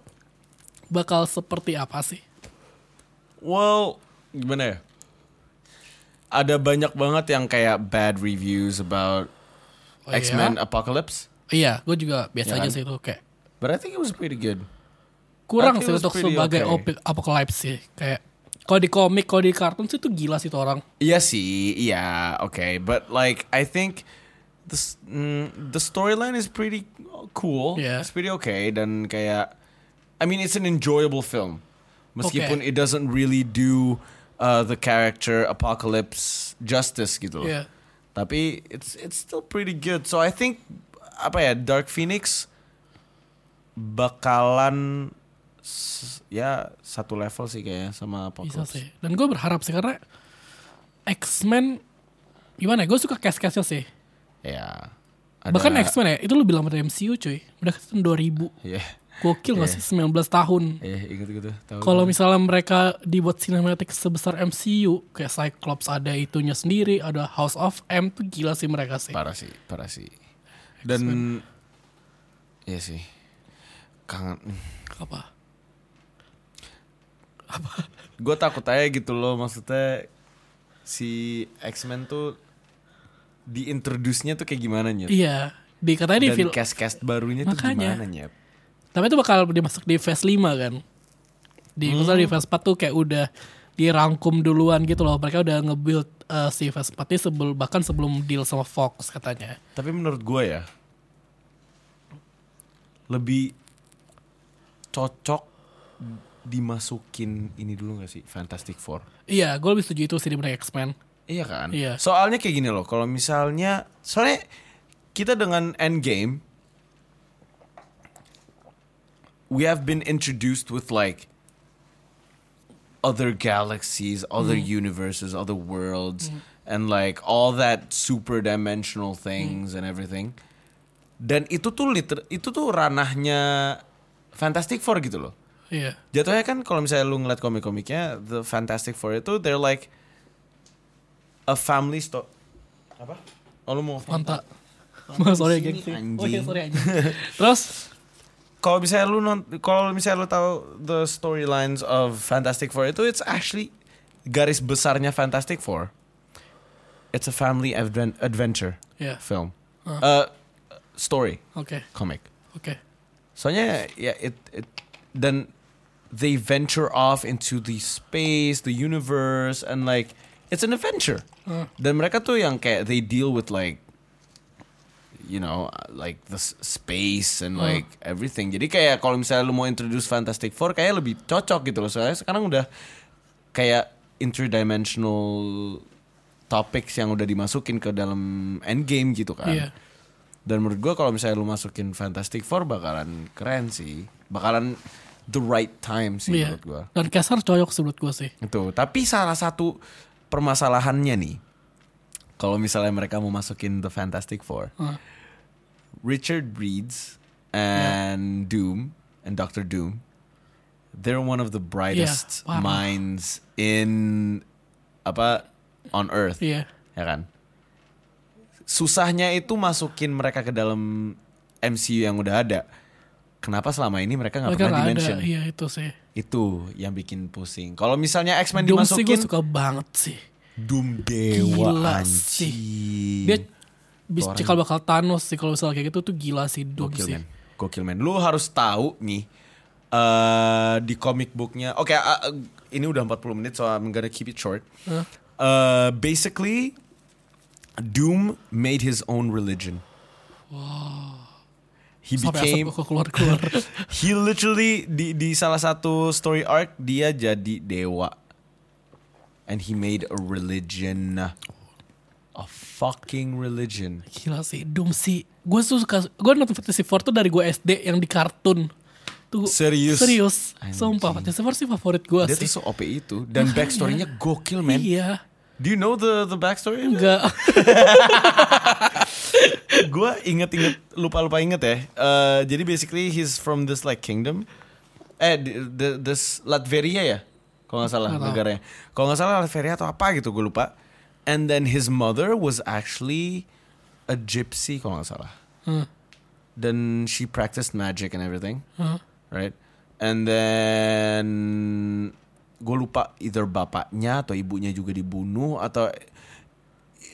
bakal seperti apa sih
Well, gimana ya? Ada banyak banget yang kayak bad reviews about
Oh, iya?
X-Men Apocalypse.
iya gue juga biasa
Ya
aja
kan?
sih itu kayak
But I think it was pretty good. I
kurang
think
sih
it was
untuk
pretty
sebagai
okay.
op- apocalypse sih kayak kalau di komik kalau di kartun sih tuh gila sih tuh orang
Iya sih, iya, oke. But like, I think the s- mm, the storyline is pretty cool.
Yeah.
It's pretty okay dan kayak, I mean, it's an enjoyable film, meskipun it doesn't really do uh, the character apocalypse justice gitu. loh.
Yeah.
Tapi it's it's still pretty good. So I think apa ya Dark Phoenix bakalan s- ya satu level sih kayaknya sama
bisa
apocalypse.
sih dan gue berharap sih karena X-Men gimana gue suka cast-castnya sih
Ya.
bahkan
ada-
X-Men ya itu lebih lama dari MCU cuy udah ke tahun 2000
Ya,
gokil gak sih 19 tahun
ya ingat gitu. Tahu.
kalau misalnya mereka dibuat cinematic sebesar MCU kayak Cyclops ada itunya sendiri ada House of M tuh gila sih mereka sih
parah sih, parah sih. Dan Iya sih. Kangen.
apa
Gue takut aja gitu loh maksudnya si X-Men tuh diintroduce-nya tuh kayak gimana nyet.
iya dikatanya di
Dan
film
cast-cast barunya tuh
Makanya.
gimana nyet.
Tapi itu bakal dimasuk di phase 5 kan. Di
Hmm.
misalnya di phase 4 tuh kayak udah dirangkum duluan gitu loh. Mereka udah nge-build uh, si phase 4 ini sebelum bahkan sebelum deal sama Fox katanya.
Tapi menurut gue ya lebih cocok dimasukin ini dulu gak sih Fantastic Four?
Iya, gue lebih setuju itu sih di X-Men.
Iya kan?
Iya.
Soalnya kayak gini loh, kalau misalnya soalnya kita dengan Endgame we have been introduced with like other galaxies, other universes, other worlds and like all that super dimensional things and everything. Dan itu tuh liter itu tuh ranahnya Fantastic Four gitu loh
Iya.
jatuhnya kan kalau misalnya lu ngeliat komik-komiknya The Fantastic Four itu they're like a family sto apa oh lu mau
Mantap. Mas [laughs] sorry
Sini,
geng. sih.
anjing.
Oh iya, sorry anjing. Terus
kalau misalnya lu non kalau misalnya lu tahu the storylines of Fantastic Four itu it's actually garis besarnya Fantastic Four it's a family adven- adventure
ya,
film
Huh.
Uh, story
oke,
comic
oke.
Soalnya ya it, it then they venture off into the space, the universe and like it's an adventure.
Hmm.
Dan mereka tuh yang kayak they deal with like you know like the s- space and
Hmm.
like everything. Jadi kayak kalau misalnya lu mau introduce Fantastic Four kayak lebih cocok gitu loh. Soalnya sekarang udah kayak interdimensional topics yang udah dimasukin ke dalam endgame gitu kan.
Iya.
Dan menurut gue kalau misalnya lu masukin Fantastic Four bakalan keren sih. Bakalan the right time sih
Iya.
menurut gue.
Dan Kesar cocok sih menurut gue sih.
Itu. Tapi salah satu permasalahannya nih. Kalau misalnya mereka mau masukin The Fantastic Four.
Hmm.
Richard Reeds
Iya.
and Doom and Doctor Doom. They're one of the brightest
Iya, parah.
minds in apa on earth.
Iya.
Ya kan? susahnya itu masukin mereka ke dalam MCU yang udah ada. Kenapa selama ini mereka nggak
Mereka
Nah, pernah
nggak ada.
dimention?
Iya itu sih.
Itu yang bikin pusing. Kalau misalnya X-Men
Doom sih gue
dimasukin,
suka banget sih.
Doom Dewa
Gila
anjing. Iya.
Dia bis cikal bakal Thanos sih kalau misalnya kayak gitu tuh gila sih Doom
Gokil
sih.
men. Gokil men. Lu harus tahu nih eh di comic booknya. Oke, ah, eh, ini udah 40 menit so I'm gonna keep it short. Eh, basically Doom made his own religion. He
Sampai
became
asap gue keluar keluar.
[laughs] he literally di di salah satu story arc dia jadi dewa. And he made a religion. A fucking religion.
gila sih Doom sih. Gue tuh suka. Gue nonton Fantasy Four tuh dari gue SD yang di kartun. Tuh
Serius?
Serius.
Anjing.
Sumpah Fantasy Four sih favorit gue
Dia
sih.
tuh se OP itu dan
Makanya.
backstory-nya gokil, man.
Iya.
Do you know the the backstory?
Enggak. [laughs]
gue inget-inget lupa-lupa inget ya. Eh, jadi basically he's from this like kingdom. Eh di- the, this Latveria ya, kalau nggak salah
Nggak tahu.
negaranya. Kalau nggak salah Latveria atau apa gitu gue lupa. And then his mother was actually a gypsy kalau nggak salah.
Hmm.
Then she practiced magic and everything,
Hah?
right? And then gue lupa either bapaknya atau ibunya juga dibunuh atau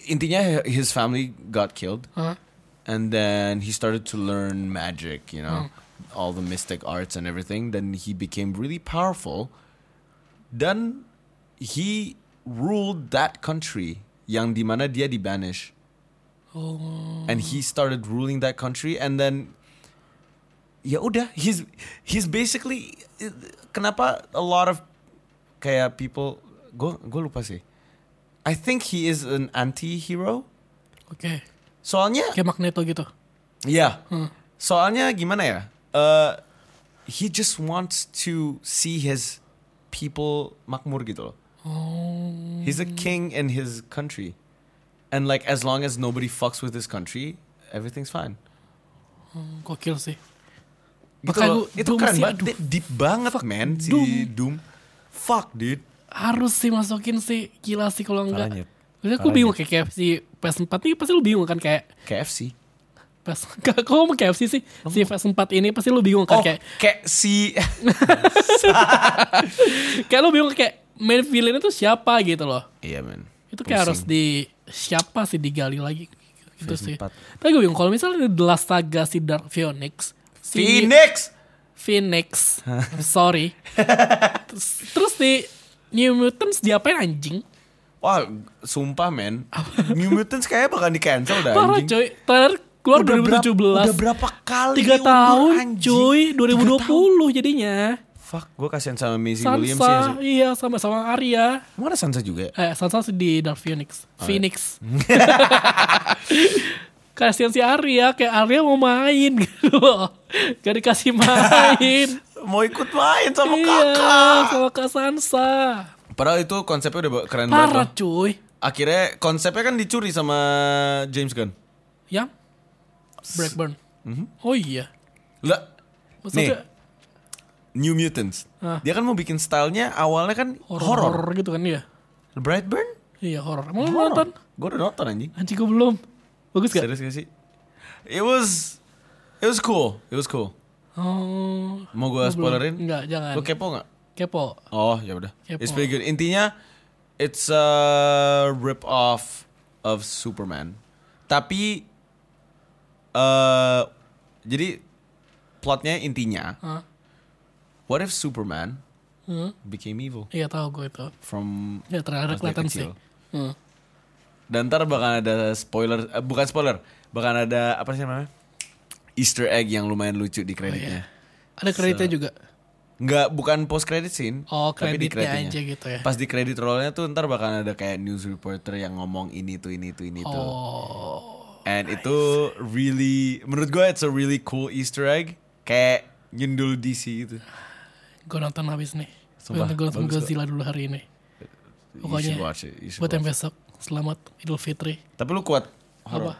intinya his family got killed.
Hah?
and then he started to learn magic, you know, all the mystic arts and everything. Then he became really powerful. Then he ruled that country, yang dimana dia di banish,
Oh.
and he started ruling that country. And then, ya udah, he's he's basically kenapa a lot of kayak people go gue lupa sih. I think he is an anti-hero.
Oke.
Soalnya
Kayak Magneto gitu.
Yeah.
Hmm.
Soalnya gimana ya? Uh, he just wants to see his people makmur gitu loh.
Oh.
He's a king in his country. And like as long as nobody fucks with his country, everything's fine.
Gokil sih.
Gitu
Makanya
loh.
gua-
Itu
Doom
keren
sih,
banget.
aduh.
Deep, deep banget, man. Si Doom.
Doom.
Fuck, dude.
Harus sih masukin sih. Gila sih kalau enggak.
Parahnya.
Maksudnya
Parahnya.
aku bingung kayak KFC PS4 nih pasti lu bingung kan kayak
KFC.
[laughs] PS Kok ngomong KFC sih? Si PS4 ini pasti lu bingung kan
Oh,
kayak
kayak [laughs] si
kayak lu bingung kayak main villain itu siapa gitu loh.
Iya, man.
Itu kayak harus
Pusing.
di siapa sih digali lagi gitu sih.
PS4.
Tapi gue bingung kalau misalnya The Last Saga si Dark Phoenix si
Phoenix. [laughs]
Phoenix. I'm sorry. terus, terus di New Mutants diapain anjing?
Wah, sumpah, man. New Mutants kayaknya bakal di-cancel dah
Parah
anjing.
coy. Trailer keluar
Udah berapa-
2017.
Udah berapa kali?
Tiga
umur
tahun
anjing?
cuy.
Tiga tahun.
2020 jadinya.
Fuck, gue kasihan sama Maisie Williams ya, sih.
Sansa. Iya sama sama Arya.
Emang ada Sansa juga ya?
Eh Sansa sih di Dark Phoenix.
Oh, iya. [laughs]
Phoenix. Kasihan si Arya. Kayak Arya mau main [laughs] gitu loh. Gak dikasih main.
Mau ikut main [laughs] sama kakak.
iya sama Kak Sansa.
Padahal itu konsepnya udah keren banget.
Parah
loh.
cuy.
Akhirnya konsepnya kan dicuri sama James Gunn.
Yang Blackburn. Ya?
Mhm.
Oh iya.
Lah,
Maksudnya
New Mutants.
Hah.
Dia kan mau bikin stylenya awalnya kan horor.
horor gitu kan ya?
Brightburn?
Iya horor. Mau lu nonton?
Gue udah nonton anjing.
Anjing gue belum. Bagus gak?
Serius gak sih? It was It was cool. It was cool.
Oh.
Mau gue
Gua belum.
spoilerin?
Enggak, jangan.
Lo kepo gak?
Kepo.
Oh ya udah.
Kepo.
It's pretty good. Intinya it's a rip off of Superman. Tapi eh jadi plotnya intinya
Hah?
what if Superman
Hmm?
became evil
Iya tahu gue itu.
from
Ya
pas
ternyata
dia
kelihatan sih.
kecil.
Hmm.
Dan ntar bakal ada spoiler eh, bukan spoiler, bakal ada apa sih namanya? Easter egg yang lumayan lucu
Oh, iya.
di kreditnya.
Ada kreditnya juga.
Nggak bukan post credit scene.
Oh
tapi di
kreditnya aja gitu ya.
Pas di kredit rollnya tuh ntar bakal ada kayak news reporter yang ngomong ini tuh ini tuh ini tuh.
Oh.
And itu really menurut gue it's a really cool Easter egg kayak nyundul DC gitu.
Gue nonton habis nih.
Sumpah,
Gue nonton
bagus kok.
Godzilla dulu hari ini.
you should
Pokoknya,
watch it. You should
Buat yang
watch.
besok. Selamat Idul Fitri.
it. Tapi lu kuat.
Apa?
Horor.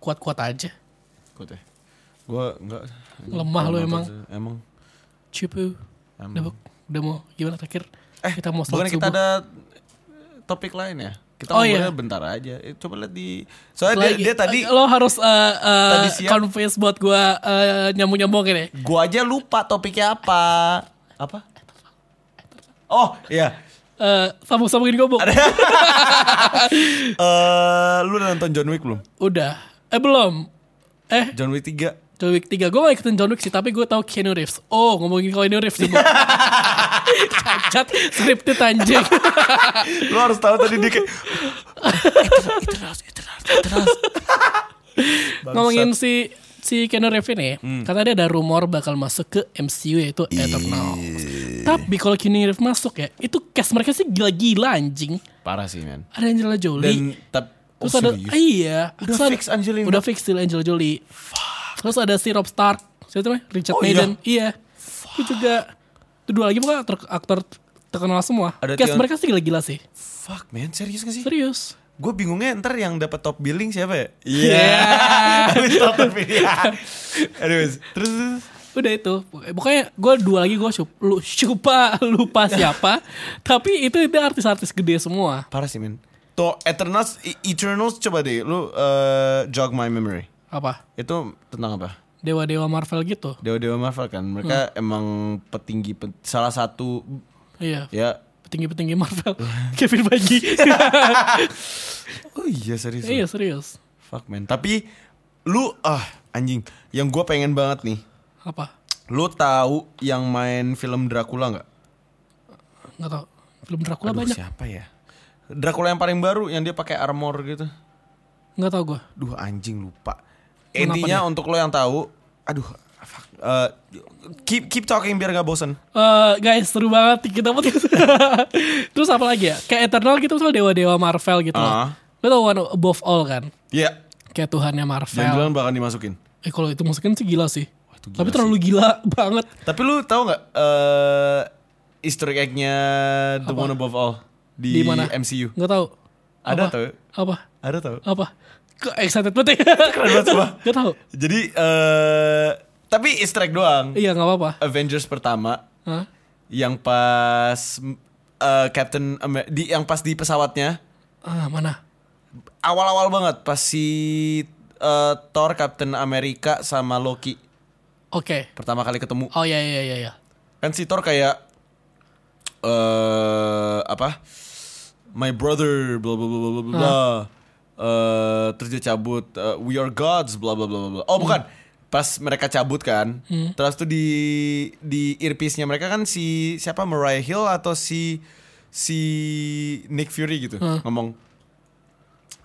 Kuat-kuat aja.
Kuat ya. Gue enggak.
Lemah lu
Nonton
emang.
sih. Emang.
Cipu.
Emang.
Udah, Bu. udah mau gimana terakhir?
Hmm. Eh,
kita mau
Bukan
sholat
kita
subuh.
ada topik lain ya? Kita
Oh,
umurnya
iya.
bentar aja. Eh, Coba lihat di Soalnya
Lagi-
dia, dia tadi
lo harus eh, eh,
Tadi siang-
confess buat gua eh, nyambung-nyambungin ya.
gua aja lupa topiknya apa. Apa? Oh, iya.
Eh, sambung-sambungin gobok.
Eh, lu udah nonton John Wick belum?
Udah. Eh belum. Eh,
John Wick 3.
John Wick 3. Gue gak ikutin John Wick sih, tapi gue tahu Keanu Reeves. Oh, ngomongin Keanu Reeves juga. Cacat, scripted anjing.
Lu harus tahu tadi dia kayak "Eh, Bangsat.
ngomongin si si Keanu Reeves ini, karena dia ada rumor bakal masuk ke MCU yaitu
Iya,
Eternal. Tapi kalau Keanu Reeves masuk ya, itu cast mereka sih gila-gila anjing.
parah sih, men.
Ada Angela Jolie.
Dan tap Oh,
terus ada
serius?
iya,
Udah
terus ada-
fix Angelina.
Udah fix sih Angela Jolie. Terus ada si Rob Stark. Siapa namanya? Richard
Oh, iya.
Madden. Iya. Itu juga itu dua lagi pokoknya ter- aktor terkenal semua.
Ada
Cast
Tion-
mereka sih gila-gila sih.
Fuck, man. Serius gak sih?
Serius.
Gue bingungnya ntar yang dapat top billing siapa ya? [laughs]
Yeah.
Habis nonton video. [laughs] Anyways, terus terus.
Udah itu. Pokoknya gue dua lagi gue [laughs] lupa lupa
[laughs]
siapa. tapi itu itu artis-artis gede semua.
parah sih, men. To Eternals, E- Eternals coba deh lu eh, jog my memory.
Apa?
Itu tentang apa?
Dewa-dewa Marvel gitu.
Dewa-dewa Marvel kan. Mereka
Hmm.
emang petinggi pe- salah satu
Iya.
ya.
Petinggi-petinggi
[laughs]
Marvel. Kevin Feige.
Oh iya serius.
iya, serius.
Fuck man. Tapi lu ah anjing, yang gua pengen banget nih.
Apa?
Lu tahu yang main film Dracula nggak?
Nggak tahu. Film Dracula
Aduh,
banyak.
Siapa ya? Dracula yang paling baru yang dia pakai armor gitu.
Nggak tahu gue.
Duh anjing lupa.
Kenapa
Intinya untuk lo yang tahu, aduh fuck. Eh, keep keep talking biar gak bosen.
Eh guys seru banget kita podcast. [laughs] Terus apa lagi ya? Kayak Eternal gitu soal dewa-dewa Marvel gitu
Ah.
loh. Lo tau One Above All kan?
Iya.
Kayak Tuhannya Marvel.
Jangan bilang bakal dimasukin.
Eh kalau itu masukin sih gila sih.
itu gila
Tapi terlalu gila [laughs] banget.
Tapi lu tahu nggak eh Easter egg-nya The One Above All di,
Di mana?
MCU?
Nggak tahu.
Ada
Apa?
tau?
Apa?
Ada tau?
Apa? Ke excited banget ya.
[laughs] Keren banget sumpah.
Nggak tahu.
Jadi eh tapi Easter egg doang.
Iya nggak apa-apa.
Avengers pertama
Hah?
yang pas eh, Captain Amer- di yang pas di pesawatnya
Ah, mana?
awal-awal banget pas si eh, Thor Captain America sama Loki
Oke.
pertama kali ketemu.
Oh iya iya iya iya.
Kan si Thor kayak eh apa? My brother bla bla bla bla bla bla. bla. Eh, terus dia cabut eh, we are gods bla bla bla bla, bla. Oh bukan. Pas mereka cabut kan. Terus tuh di di earpiece-nya mereka kan si siapa Mariah Hill atau si si Nick Fury gitu ngomong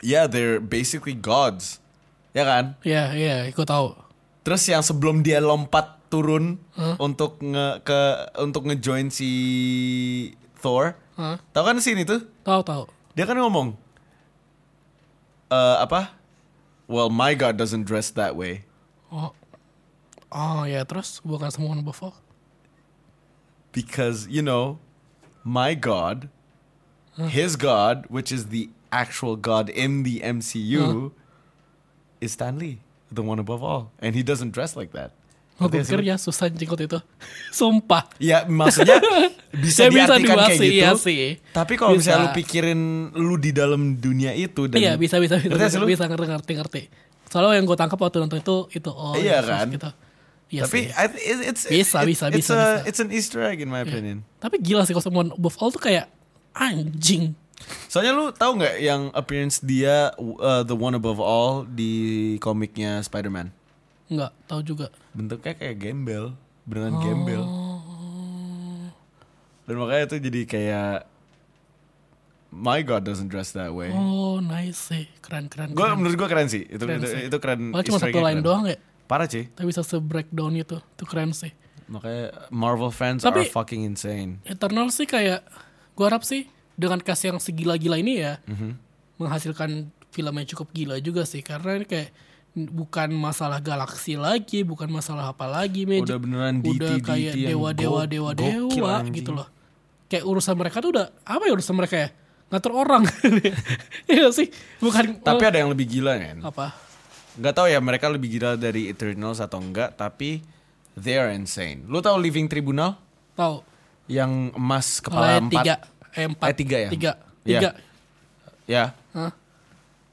Yeah, they're basically gods. Ya kan?
Iya iya, aku tahu.
Terus yang sebelum dia lompat turun untuk nge ke untuk ngejoin si Thor,
Hah?
tahu kan sini tuh
Tahu tahu.
dia kan ngomong eh apa? Well, my God doesn't dress that way.
Oh. Oh ya terus bukan semua One Above All.
because you know my god his god which is the actual god in the mcu is stan lee the one above all and he doesn't dress like that
Oh, gue pikir ya susah jenggot itu. [laughs] Sumpah.
Ya,
[laughs]
maksudnya bisa
Ya, bisa
diartikan kayak
dibuat sih,
gitu.
iya sih.
Tapi kalau
Bisa.
misalnya lu pikirin lu di dalam dunia itu dan
Iya bisa bisa bisa
Ngerti gak
bisa,
sih lu?
bisa ngerti ngerti ngerti. Soalnya yang gue tangkap waktu nonton itu itu oh
Iya
Yesus
kan?
gitu. Iya
Tapi
sih.
I th- it's, it's,
Bisa,
it's- it's
bisa, bisa,
a-
bisa. Iya.
It's an Easter egg in my opinion.
Tapi gila sih kalau One Above All tuh kayak anjing.
Soalnya lu tahu nggak yang appearance dia uh, the one above all di komiknya Spider-Man?
Enggak tahu juga.
bentuknya kayak gembel beneran
Oh.
gembel dan makanya itu jadi kayak my god doesn't dress that way
Oh nice sih keren keren.
gue
keren.
menurut gue keren sih itu
Keren
itu,
sih.
itu keren
Malah cuma
easter
satu
eggnya
line
keren.
doang ya.
parah sih
Tapi bisa se breakdown itu. Itu keren sih.
makanya Marvel fans are
Tapi-
fucking insane
Eternal sih kayak gue harap sih dengan kasih yang segila-gila ini ya
Mhm.
menghasilkan film yang cukup gila juga sih karena ini kayak n- bukan masalah galaksi lagi, bukan masalah apa lagi, Magic.
Udah beneran
udah
DT-DT
kayak
yang
dewa dewa
go-
dewa
gokil,
dewa
anjing.
gitu loh. Kayak urusan mereka tuh udah apa ya urusan mereka ya ngatur orang, [laughs] iya nggak sih bukan eh,
tapi ada yang lebih gila kan
apa
nggak tahu ya mereka lebih gila dari Eternals atau enggak tapi they are insane lu tahu Living Tribunal
tahu
yang emas
Eh,
kepala empat
tiga eh, empat
Eh, tiga ya?
tiga
Iya.
tiga
Ya,
Hah?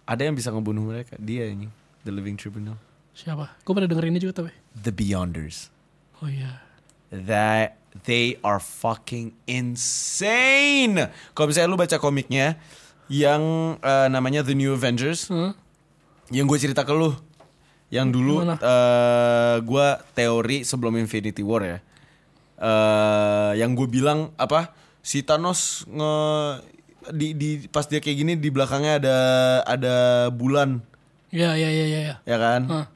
ada yang bisa ngebunuh mereka. Dia ini, The Living Tribunal.
Siapa? Gue pernah denger ini juga tapi.
The Beyonders.
Oh iya.
That they are fucking insane. Kalau misalnya lu baca komiknya yang eh, namanya The New Avengers,
Hah?
yang gue cerita ke lu yang dulu
Gimana?
eh gue teori sebelum Infinity War ya eh yang gue bilang apa si Thanos nge di, di pas dia kayak gini di belakangnya ada ada bulan
Iya iya iya iya. iya.
ya kan
Hah.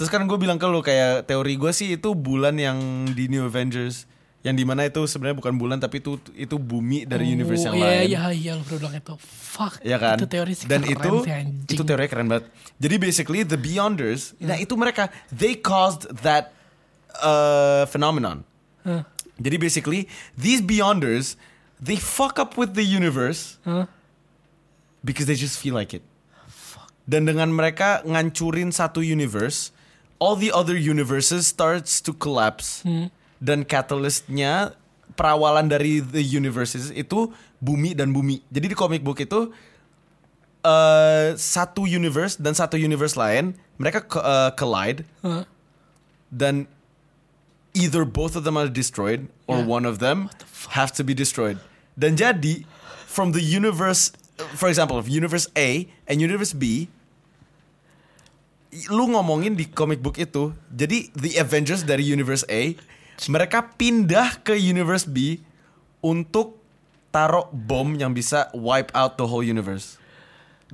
terus kan gue bilang ke lu kayak teori gue sih itu bulan yang di New Avengers yang dimana itu sebenarnya bukan bulan tapi itu itu bumi dari universe yang
Oh, iya,
lain
Iya iya lu pernah bilang itu. Fuck.
ya kan?
Itu teori sih
Dan
keren
itu
sih, anjing.
itu teori keren banget. Jadi basically the Beyonders, nah itu mereka they caused that uh, phenomenon.
Hah?
Jadi basically these Beyonders they fuck up with the universe
Hah?
because they just feel like it. Dan dengan mereka ngancurin satu universe, all the other universes starts to collapse. Dan catalystnya perawalan dari the universes itu bumi dan bumi. Jadi di comic book itu eh, satu universe dan satu universe lain mereka co- eh, collide
Hah?
then either both of them are destroyed or
Yeah.
one of them have to be destroyed. Dan jadi from the universe, for example, of universe A and universe B, lu ngomongin di comic book itu, jadi the Avengers dari universe A, mereka pindah ke universe B untuk taruh bom yang bisa wipe out the whole universe.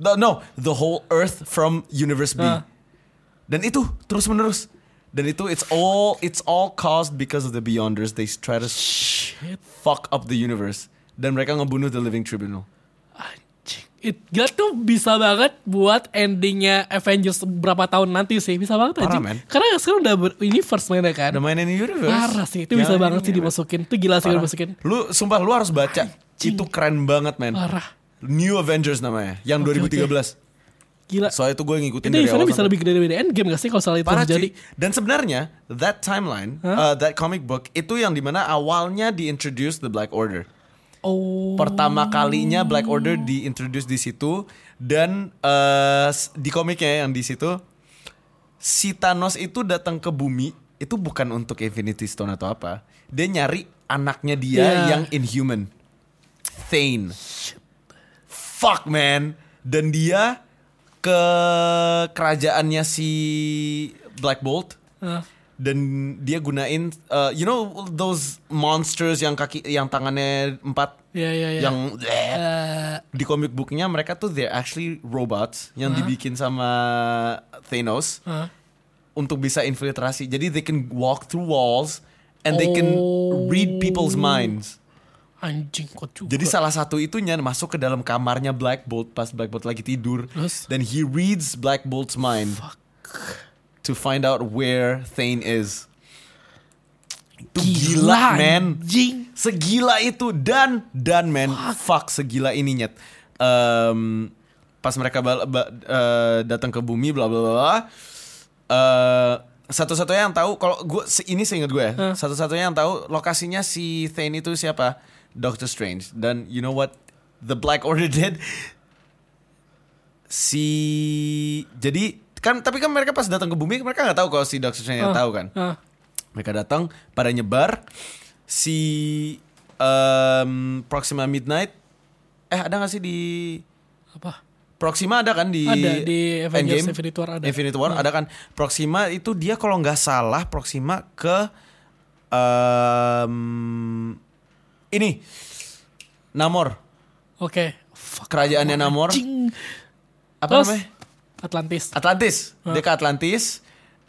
No, no, the whole Earth from universe B
Ah.
dan itu terus menerus dan itu it's all it's all caused because of the Beyonders they try to
Shit.
fuck up the universe dan mereka ngebunuh the Living Tribunal
Anjing. It, gila tuh bisa banget buat endingnya Avengers berapa tahun nanti sih bisa banget
Parah,
anjing.
man.
Karena sekarang udah ber- universe mainnya kan.
ada mainan universe
Parah sih itu
Ya,
bisa
ini
banget sih
ini,
dimasukin. Itu gila sih
parah.
dimasukin.
lu sumpah lu harus baca itu keren banget men
Parah.
New Avengers namanya yang
Oke,
2013
Gila.
soalnya itu gue ngikutin
itu
dari awal
eventnya bisa
sampai-
lebih gede dari Endgame gak sih kalau salah itu
Parah
terjadi?
cuy. Dan sebenarnya that timeline, uh, that comic book itu yang dimana awalnya diintroduce the Black Order.
Oh.
pertama kalinya Black Order diintroduce di situ dan eh, s- di komiknya yang di situ si Thanos itu datang ke bumi itu bukan untuk Infinity Stone atau apa. Dia nyari anaknya dia
Yeah.
yang inhuman. Thane. Fuck man. Dan dia ke kerajaannya si Black Bolt
Hah?
dan dia gunain uh, you know those monsters yang kaki yang tangannya empat
Iya iya iya.
yang
Eh,
di comic booknya mereka tuh they're actually robots yang dibikin sama Thanos
hah?
untuk bisa infiltrasi jadi they can walk through walls and they can
Oh.
read people's minds
anjing kok juga.
jadi salah satu itunya masuk ke dalam kamarnya Black Bolt pas Black Bolt lagi tidur
Terus?
dan he reads Black Bolt's mind
Fuck.
to find out where Thane is itu gila man
Anjing.
segila itu dan dan men fuck segila ini nyet Em, pas mereka bal- ba- eh, datang ke bumi bla bla bla bla. Eh, satu-satunya yang tahu kalau gue ini seingat gue ya satu-satunya yang tahu lokasinya si Thane itu siapa Doctor Strange dan you know what the Black Order did si jadi kan tapi kan mereka pas datang ke bumi mereka nggak tahu kalau si Doctor Strange yang
Ah,
tahu kan
ah.
mereka datang pada nyebar si em, Proxima Midnight. Eh ada gak sih di
Apa?
Proxima ada kan di
Ada, di Avengers
Endgame?
Infinity War ada. Hmm.
Infinity War ada kan. Proxima itu dia kalau nggak salah Proxima ke em, ini Namor
Oke. Fuck.
kerajaannya Namor
Anjing.
apa
Terus?
namanya?
Atlantis.
Atlantis. Dia ke Atlantis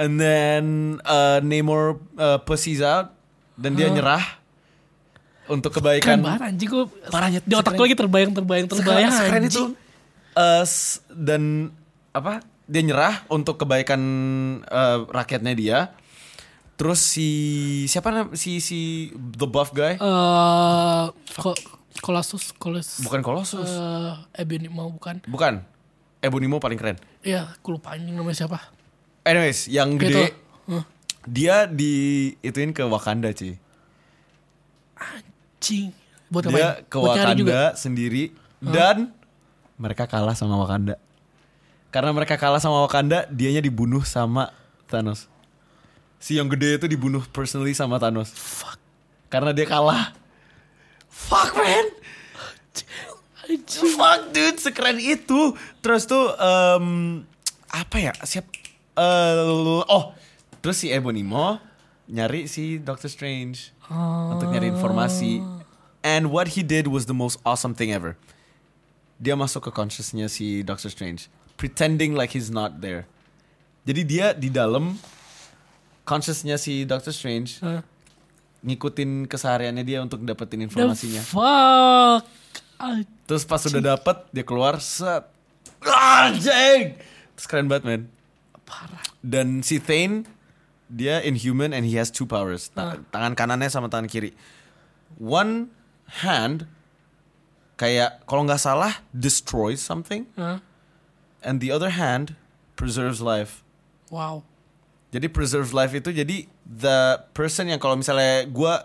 and then uh, Namor uh, pussies out dan dia nyerah untuk
Keren
kebaikan.
banget anjing gue
Parahnya
di otak gue lagi terbayang terbayang terbayang
sekeren itu
anjing.
uh, s- dan apa? Dia nyerah untuk kebaikan uh, rakyatnya dia. Terus si siapa nam- si si the buff guy?
Uh. Eh, Ko- Colossus, Colossus.
Bukan Colossus.
Eh, Ebony mau bukan?
Bukan. Ebonimo paling keren.
Ya, gue lupa anjing namanya siapa.
Anyways, yang
Gitu.
gede
Hah,
dia di ituin ke Wakanda, cuy.
Cing.
dia
Buat ngapain?
ke
Buat nyari juga.
Wakanda sendiri dan mereka kalah sama Wakanda. Karena mereka kalah sama Wakanda, dianya dibunuh sama Thanos. Si yang gede itu dibunuh personally sama Thanos. Fuck. Karena dia kalah. Fuck man. Fuck dude, sekeren itu. Terus tuh em, apa ya? Siap eh, oh, terus si Ebony Maw nyari si Doctor Strange untuk nyari informasi. And what he did was the most awesome thing ever. Dia masuk ke consciousnya si Doctor Strange, pretending like he's not there. Jadi dia di dalam consciousnya si Doctor Strange
Hah?
ngikutin kesehariannya dia untuk dapetin
The
informasinya.
fuck. Anj-
Terus pas udah dapet dia keluar set. Ah, Anjing. Terus keren banget man.
Parah.
Dan si Thane dia inhuman and he has two powers. Ta-
Ah.
Tangan kanannya sama tangan kiri. One hand kayak kalau nggak salah destroys something
Hah?
and the other hand preserves life.
Wow.
Jadi preserve life itu jadi the person yang kalau misalnya gua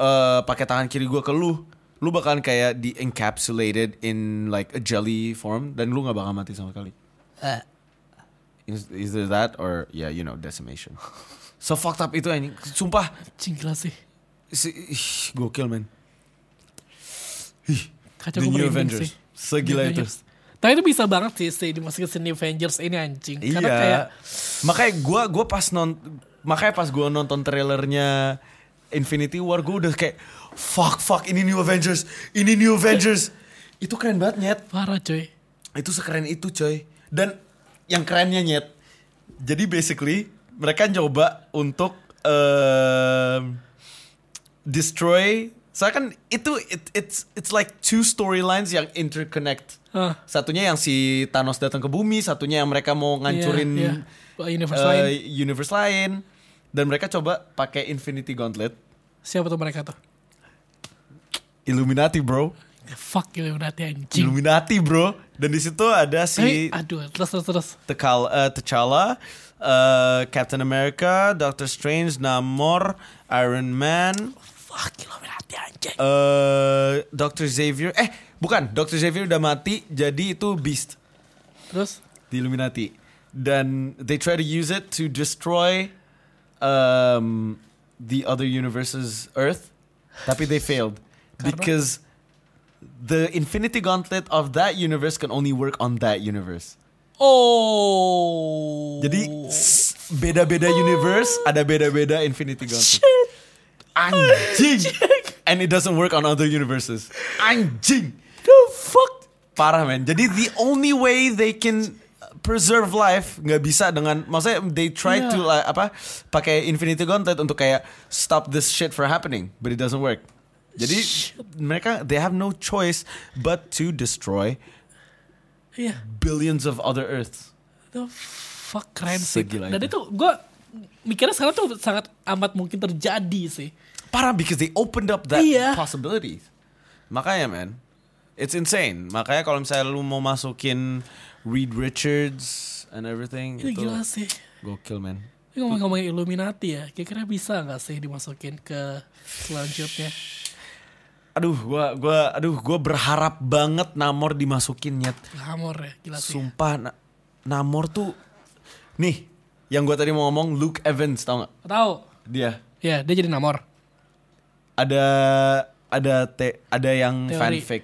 eh pakai tangan kiri gua ke lu, lu bakalan kayak di encapsulated in like a jelly form dan lu nggak bakal mati sama sekali.
Eh.
Is either that or yeah you know decimation. [laughs] So fucked up itu anjing. Sumpah
Anjing gila sih.
si, ih, gokil man.
Kacau
The
gue
New
merinding
Avengers.
sih.
Segila
New
itu.
Avengers. Tapi itu bisa banget sih, sih dimasukin ke New Avengers ini anjing. Karena
iya.
kayak
Makanya gua gua pas non makanya pas gua nonton trailernya Infinity War gua udah kayak fuck fuck ini New Avengers, ini New Avengers. itu keren banget nyet.
parah coy.
Itu sekeren itu coy. Dan yang kerennya nyet. Jadi basically mereka nyoba untuk em, destroy saya kan itu it- it's it's like two storylines yang interconnect.
Hah.
Satunya yang si Thanos datang ke bumi, satunya yang mereka mau ngancurin
Iya, iya. Universe
eh,
lain.
universe lain. Dan mereka coba pakai Infinity Gauntlet.
Siapa tuh mereka tuh? Ya,
Illuminati, bro.
Fuck Illuminati anjing.
Illuminati, bro. Dan di situ ada si
Tapi, aduh, terus terus terus.
Tekal, eh, T'Challa, eh, Captain America, Doctor Strange, Namor, Iron Man,
Fuck Illuminati anjing.
eh Doctor Xavier. Eh, bukan. Doctor Xavier udah mati, jadi itu Beast
Terus
di Illuminati. Dan they try to use it to destroy um, the other universe's Earth, tapi they failed
Karena?
because the Infinity Gauntlet of that universe can only work on that universe.
Oh.
Jadi s- beda-beda universe ada beda-beda Infinity
[laughs]
Gauntlet.
Shit. [laughs]
Anjing. And it doesn't work on other universes. Anjing.
The fuck.
Parah men. Jadi the only way they can preserve life nggak bisa dengan maksudnya they try
Iya.
to like, apa pakai Infinity Gauntlet untuk kayak stop this shit from happening, but it doesn't work. Jadi mereka they have no choice but to destroy
Iya.
billions of other Earths.
The fuck keren sih.
Segila
Dan
itu.
itu gue mikirnya sekarang tuh sangat amat mungkin terjadi sih.
Parah because they opened up that
Iya.
possibility. Makanya man, it's insane. Makanya kalau misalnya lu mau masukin Reed Richards and everything
Itu
itu
gila sih.
gokil man.
Ini ngomong-ngomongin Illuminati ya, kira-kira bisa nggak sih dimasukin ke selanjutnya?
Aduh, gua gua aduh gua berharap banget Namor dimasukin nyet.
Hamor ya, gila sih.
Sumpah Na- Namor tuh nih yang gua tadi mau ngomong Luke Evans tau gak?
Tahu?
Dia
Ya, dia jadi Namor.
ada ada te, ada yang
Teori.
fanfix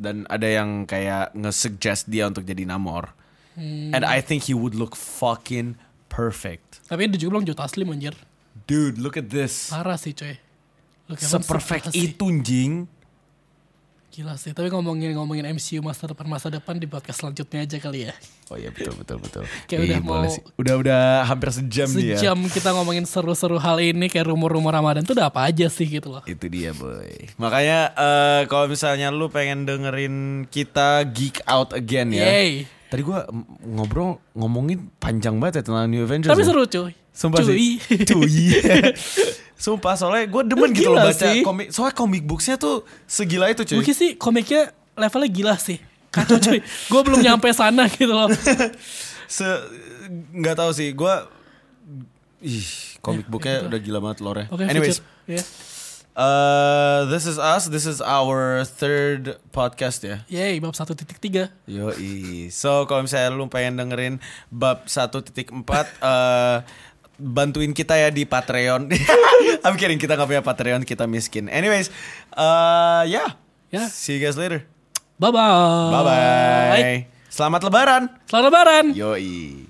dan ada yang kayak nge-suggest dia untuk jadi Namor.
Hmm.
And I think he would look fucking perfect.
Tapi dia juga belum Jota Asli anjir.
Dude, look at this.
Parah sih coy. Lu kayak emang
Seperfect
parah Ah, sih.
itu anjing.
Gila sih, tapi ngomongin ngomongin MCU masa depan masa depan di podcast selanjutnya aja kali ya.
Oh iya betul betul betul.
[laughs] Kayak
Iya,
udah mau-
boleh sih. udah udah hampir sejam, nih ya.
Sejam kita ngomongin seru-seru hal ini kayak rumor-rumor Ramadan tuh udah apa aja sih gitu loh.
Itu dia boy. Makanya eh, kalau misalnya lu pengen dengerin kita geek out again ya.
Yay.
Tadi gua mm, ngobrol ngomongin panjang banget ya tentang New Avengers.
Tapi
ya.
seru cuy.
Sumpah
cuy.
sih. Cuy. [laughs] Sumpah soalnya gue demen gitu loh
Gila
baca
sih.
komik. Soalnya comic booksnya tuh segila itu cuy.
Mungkin sih komiknya levelnya gila sih. Kacau cuy. Gue belum nyampe sana gitu loh.
Se nggak tahu sih gue Ih, comic booknya udah gila banget lore.
Ya, gitu. Oke,
Anyways,
future. Ya.
Uh, this is us. This is our third podcast ya.
Yay, bab 1.3.
Yoi. So kalau misalnya lu pengen dengerin bab 1.4 [laughs] eh bantuin kita ya di Patreon. [laughs] I'm kidding, kita nggak punya Patreon, kita miskin. Anyways, eh ya.
Ya. Eh,
See you guys later.
Bye-bye.
Bye bye. Selamat lebaran.
Selamat lebaran.
Yoi.